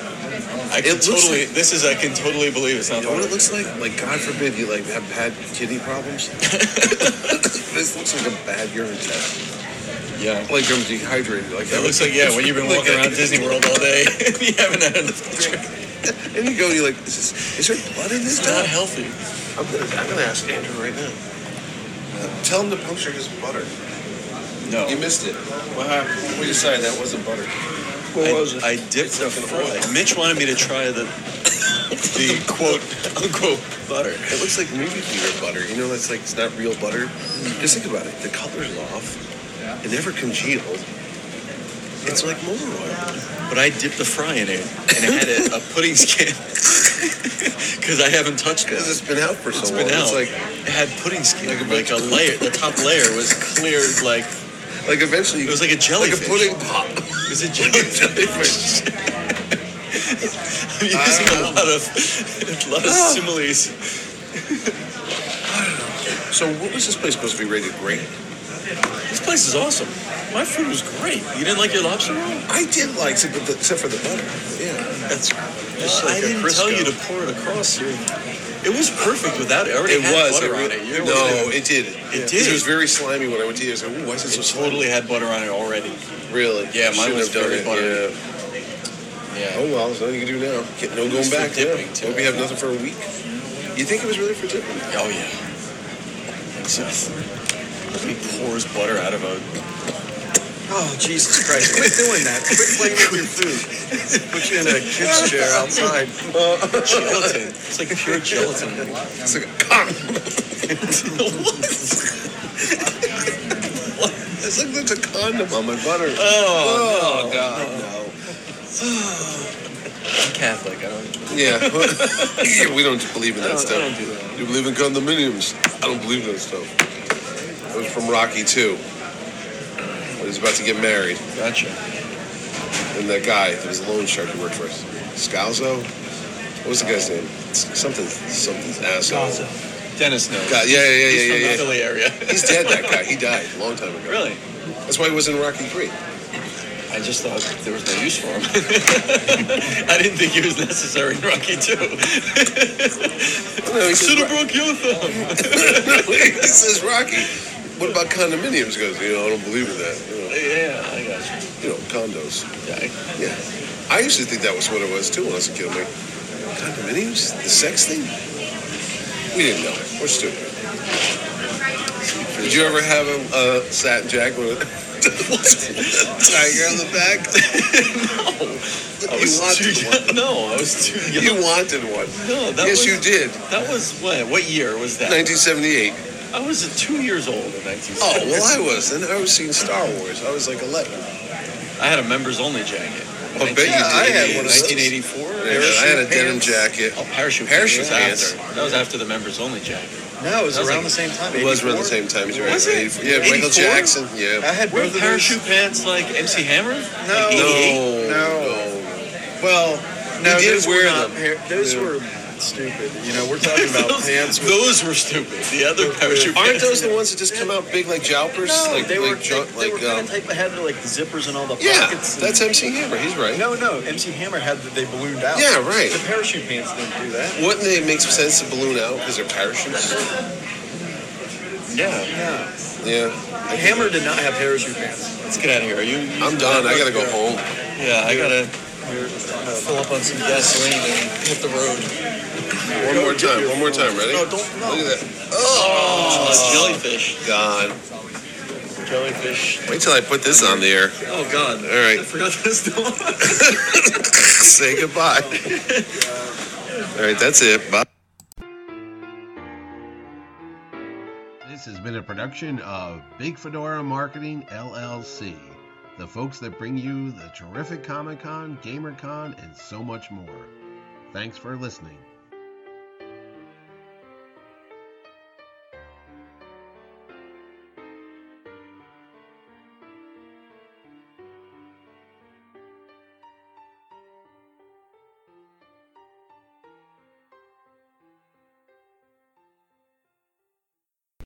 I: I can
G: It looks
I: totally this is I can totally believe it's not
G: You know what it
I: butter.
G: looks like? Like God forbid you like have had kidney problems. this looks like a bad urine test.
I: Yeah.
G: Like I'm dehydrated. Like
I: It looks like yeah, when you've been walking around Disney World all day and you haven't had enough to drink.
G: and you go, you're like, is, this, is there blood in this?
I: It's not healthy.
G: I'm gonna, I'm gonna ask Andrew right now. Tell him to puncture his butter.
I: No.
G: You missed it. What happened? We decided that wasn't butter.
I: I, I dipped the fry. Mitch wanted me to try the the quote unquote butter.
G: It looks like movie theater butter. You know, that's like it's not real butter.
I: Mm-hmm.
G: Just think about it. The color's off. It never congealed. It's like motor oil.
I: But I dipped the fry in it and it had a, a pudding skin because I haven't touched it.
G: Because it's been out for so
I: It's
G: long.
I: been out.
G: It's like
I: it had pudding skin.
G: Like a
I: Like,
G: bunch
I: a
G: of-
I: layer. The top layer was clear. Like
G: like eventually
I: it was like a
G: like a
I: jellyfish.
G: pudding pop.
I: It was a
G: jellyfish.
I: jellyfish. I'm using a lot of a lot of
G: Ah.
I: similes.
G: So what was this place supposed to be rated great?
I: This place is awesome. My food was great. You didn't like your lobster roll?
G: I did like it, but the, except for the butter. Yeah.
I: That's.
G: Just
I: I
G: like a
I: didn't tell
G: Crisco.
I: you to pour it across here. It was perfect without it. I already
G: It
I: had
G: was.
I: butter on
G: it re-
I: it. You
G: no,
I: already-
G: it did.
I: It did.
G: Because It was very slimy when I went to eat. it. I was like, ooh, why is it so
I: It
G: slimy?
I: totally had butter on it already.
G: Really?
I: Yeah, mine
G: Shouldn't
I: was
G: have done
I: very
G: it,
I: buttery.
G: Yeah.
I: Yeah.
G: Oh well, there's nothing you can do now. Get no
I: was
G: going
I: for
G: back. Yeah.
I: dipping, too.
G: Hope you have nothing for a week. You think it was really for dipping?
I: Oh yeah. So, he pours butter out of a.
N: Oh, Jesus Christ. Quit doing that. Quit playing with your food. Put you in a kid's chair outside.
I: Gelatin. It's like pure gelatin. It's like a condom. what?
G: It's like that's a condom on my butter.
I: Oh,
G: Oh, God.
I: no. I'm Catholic. I don't.
G: Yeah. Yeah, we don't believe in
I: I don't- I
G: that stuff.
I: don't do that.
G: You believe in condominiums? I don't believe in that stuff. That was from Rocky too. When he was about to get married,
I: Gotcha.
G: and that guy that was a loan shark who worked for us, Scalzo. What was the guy's name? Something, something's asshole.
I: Dennis knows.
G: God, yeah, yeah, yeah,
I: He's
G: yeah,
I: from
G: yeah.
I: the Philly area.
G: He's dead, that guy. He died a long time ago.
I: Really?
G: That's why he was in Rocky 3.
I: I just thought there was no use for him. I didn't think he was necessary in Rocky 2.
G: No, he
I: Should
G: says,
I: have broke your thumb.
G: he says Rocky. What about condominiums? He goes, you know, I don't believe in that. You know,
I: Yeah, I got
G: you know condos.
I: you. Yeah,
G: Yeah. I used to think that was what it was too when I was a kid. I'm like, condominiums? The sex thing? We didn't know. We're stupid. Did you ever have a uh, sat jack with a tiger on the back?
I: I
G: You
I: was
G: wanted
I: too
G: one.
I: young. No, I was too young.
G: You wanted one.
I: no, that
G: yes,
I: was,
G: you did.
I: That was what? What year was that?
G: 1978.
I: I was uh, two years old in 1970.
G: Oh, well, I was. And I was seeing Star Wars. I was like 11.
I: I had a members only jacket.
G: I'll bet you
I: Yeah, I
G: did.
I: had one
G: of those.
I: 1984.
G: Yeah, I had a denim jacket.
I: Oh, parachute,
G: Parachute
I: pants. was
G: pants.
I: After. That was after the members only jacket.
N: No, it was
I: That was
N: around
I: like-
N: the same time.
G: It was around the
N: 84.
G: same time as your
I: Was it?
G: 84. Yeah, Michael
N: 84?
G: Jackson. Yeah.
N: I had
I: Were
N: both of those.
I: parachute pants like MC Hammer?
N: No.
I: Like E 88?
G: Oh,
N: No. Well, no,
G: He did
N: those were
G: wear
N: not
G: them.
N: par- those
G: Yeah.
N: were stupid. You know, we're talking about
G: Those-
N: pants. With,
G: those were stupid. The other parachute
N: Aren't
G: pants-
N: those the
G: ones that just come out big like joupers?
N: No,
G: Like-
N: they
G: like
N: were
G: jo-
N: they, they
G: like,
N: were kind
G: um,
N: of type that had like the zippers and all the
G: Yeah,
N: pockets. and-
G: that's MC Hammer, he's right.
N: No, no, MC Hammer had the, they ballooned out.
G: Yeah, right.
N: The parachute pants didn't do that.
G: Wouldn't they make some sense to balloon out because they're parachutes?
N: Yeah, yeah.
G: Yeah.
N: Hammer did not have parachute pants.
G: Let's get out of here. Are you? I'm done. I gotta go home.
I: Yeah, I gotta
N: fill up on some gasoline and hit the road.
G: One more time. One more time. Ready?
N: No, don't. No.
G: Look at that.
I: Oh,
G: Oh.
I: jellyfish.
G: God.
I: Jellyfish.
G: Wait till I put this on the air.
I: Oh God.
G: All right.
I: I forgot this dog.
G: Say goodbye. All right. That's it. Bye.
B: This has been a production of Big Fedora Marketing LLC, the folks that bring you the terrific Comic Con, Gamer Con, and so much more. Thanks for listening.